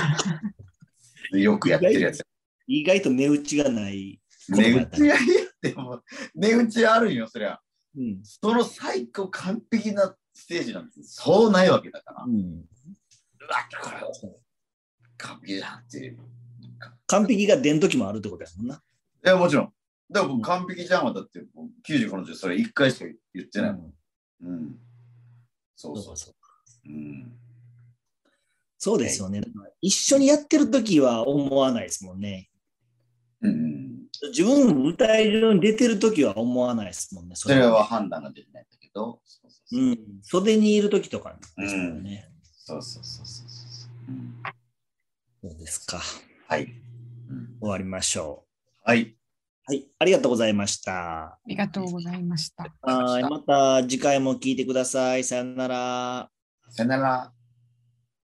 [SPEAKER 2] よくやってるやつ。
[SPEAKER 1] 意外と値打ちがない。
[SPEAKER 2] 値打ちがいいっても、値打ちあるんよ、そりゃ。
[SPEAKER 1] うん
[SPEAKER 2] その最高完璧なステージなんて、そうないわけだから。
[SPEAKER 1] うん
[SPEAKER 2] うわ、これ、完璧じゃんっていう。
[SPEAKER 1] 完璧が出ん時もあるってことやもんな。
[SPEAKER 2] いや、もちろん。だから僕、完璧じゃんは、だって、95の時それ1回しか言ってないもん。
[SPEAKER 1] うん
[SPEAKER 2] うん。そう
[SPEAKER 1] そ
[SPEAKER 2] そう
[SPEAKER 1] そう
[SPEAKER 2] う。うん。
[SPEAKER 1] そうですよね。だから一緒にやってる時は思わないですもんね。
[SPEAKER 2] うん。
[SPEAKER 1] 自分の舞台上に出てる時は思わないですもんね。そ
[SPEAKER 2] それは判断ができないんだけど、そうそうそうう。
[SPEAKER 1] ん、袖にいる時とかですもんね。
[SPEAKER 2] そうそうそうそうそううん
[SPEAKER 1] そうですか。
[SPEAKER 2] はい。うん
[SPEAKER 1] 終わりましょ
[SPEAKER 2] はい。
[SPEAKER 1] う。はい、ありがとうございました。
[SPEAKER 3] りがとうございました。
[SPEAKER 1] はい、また次回も聞いてください。さよなら。
[SPEAKER 2] さよなら。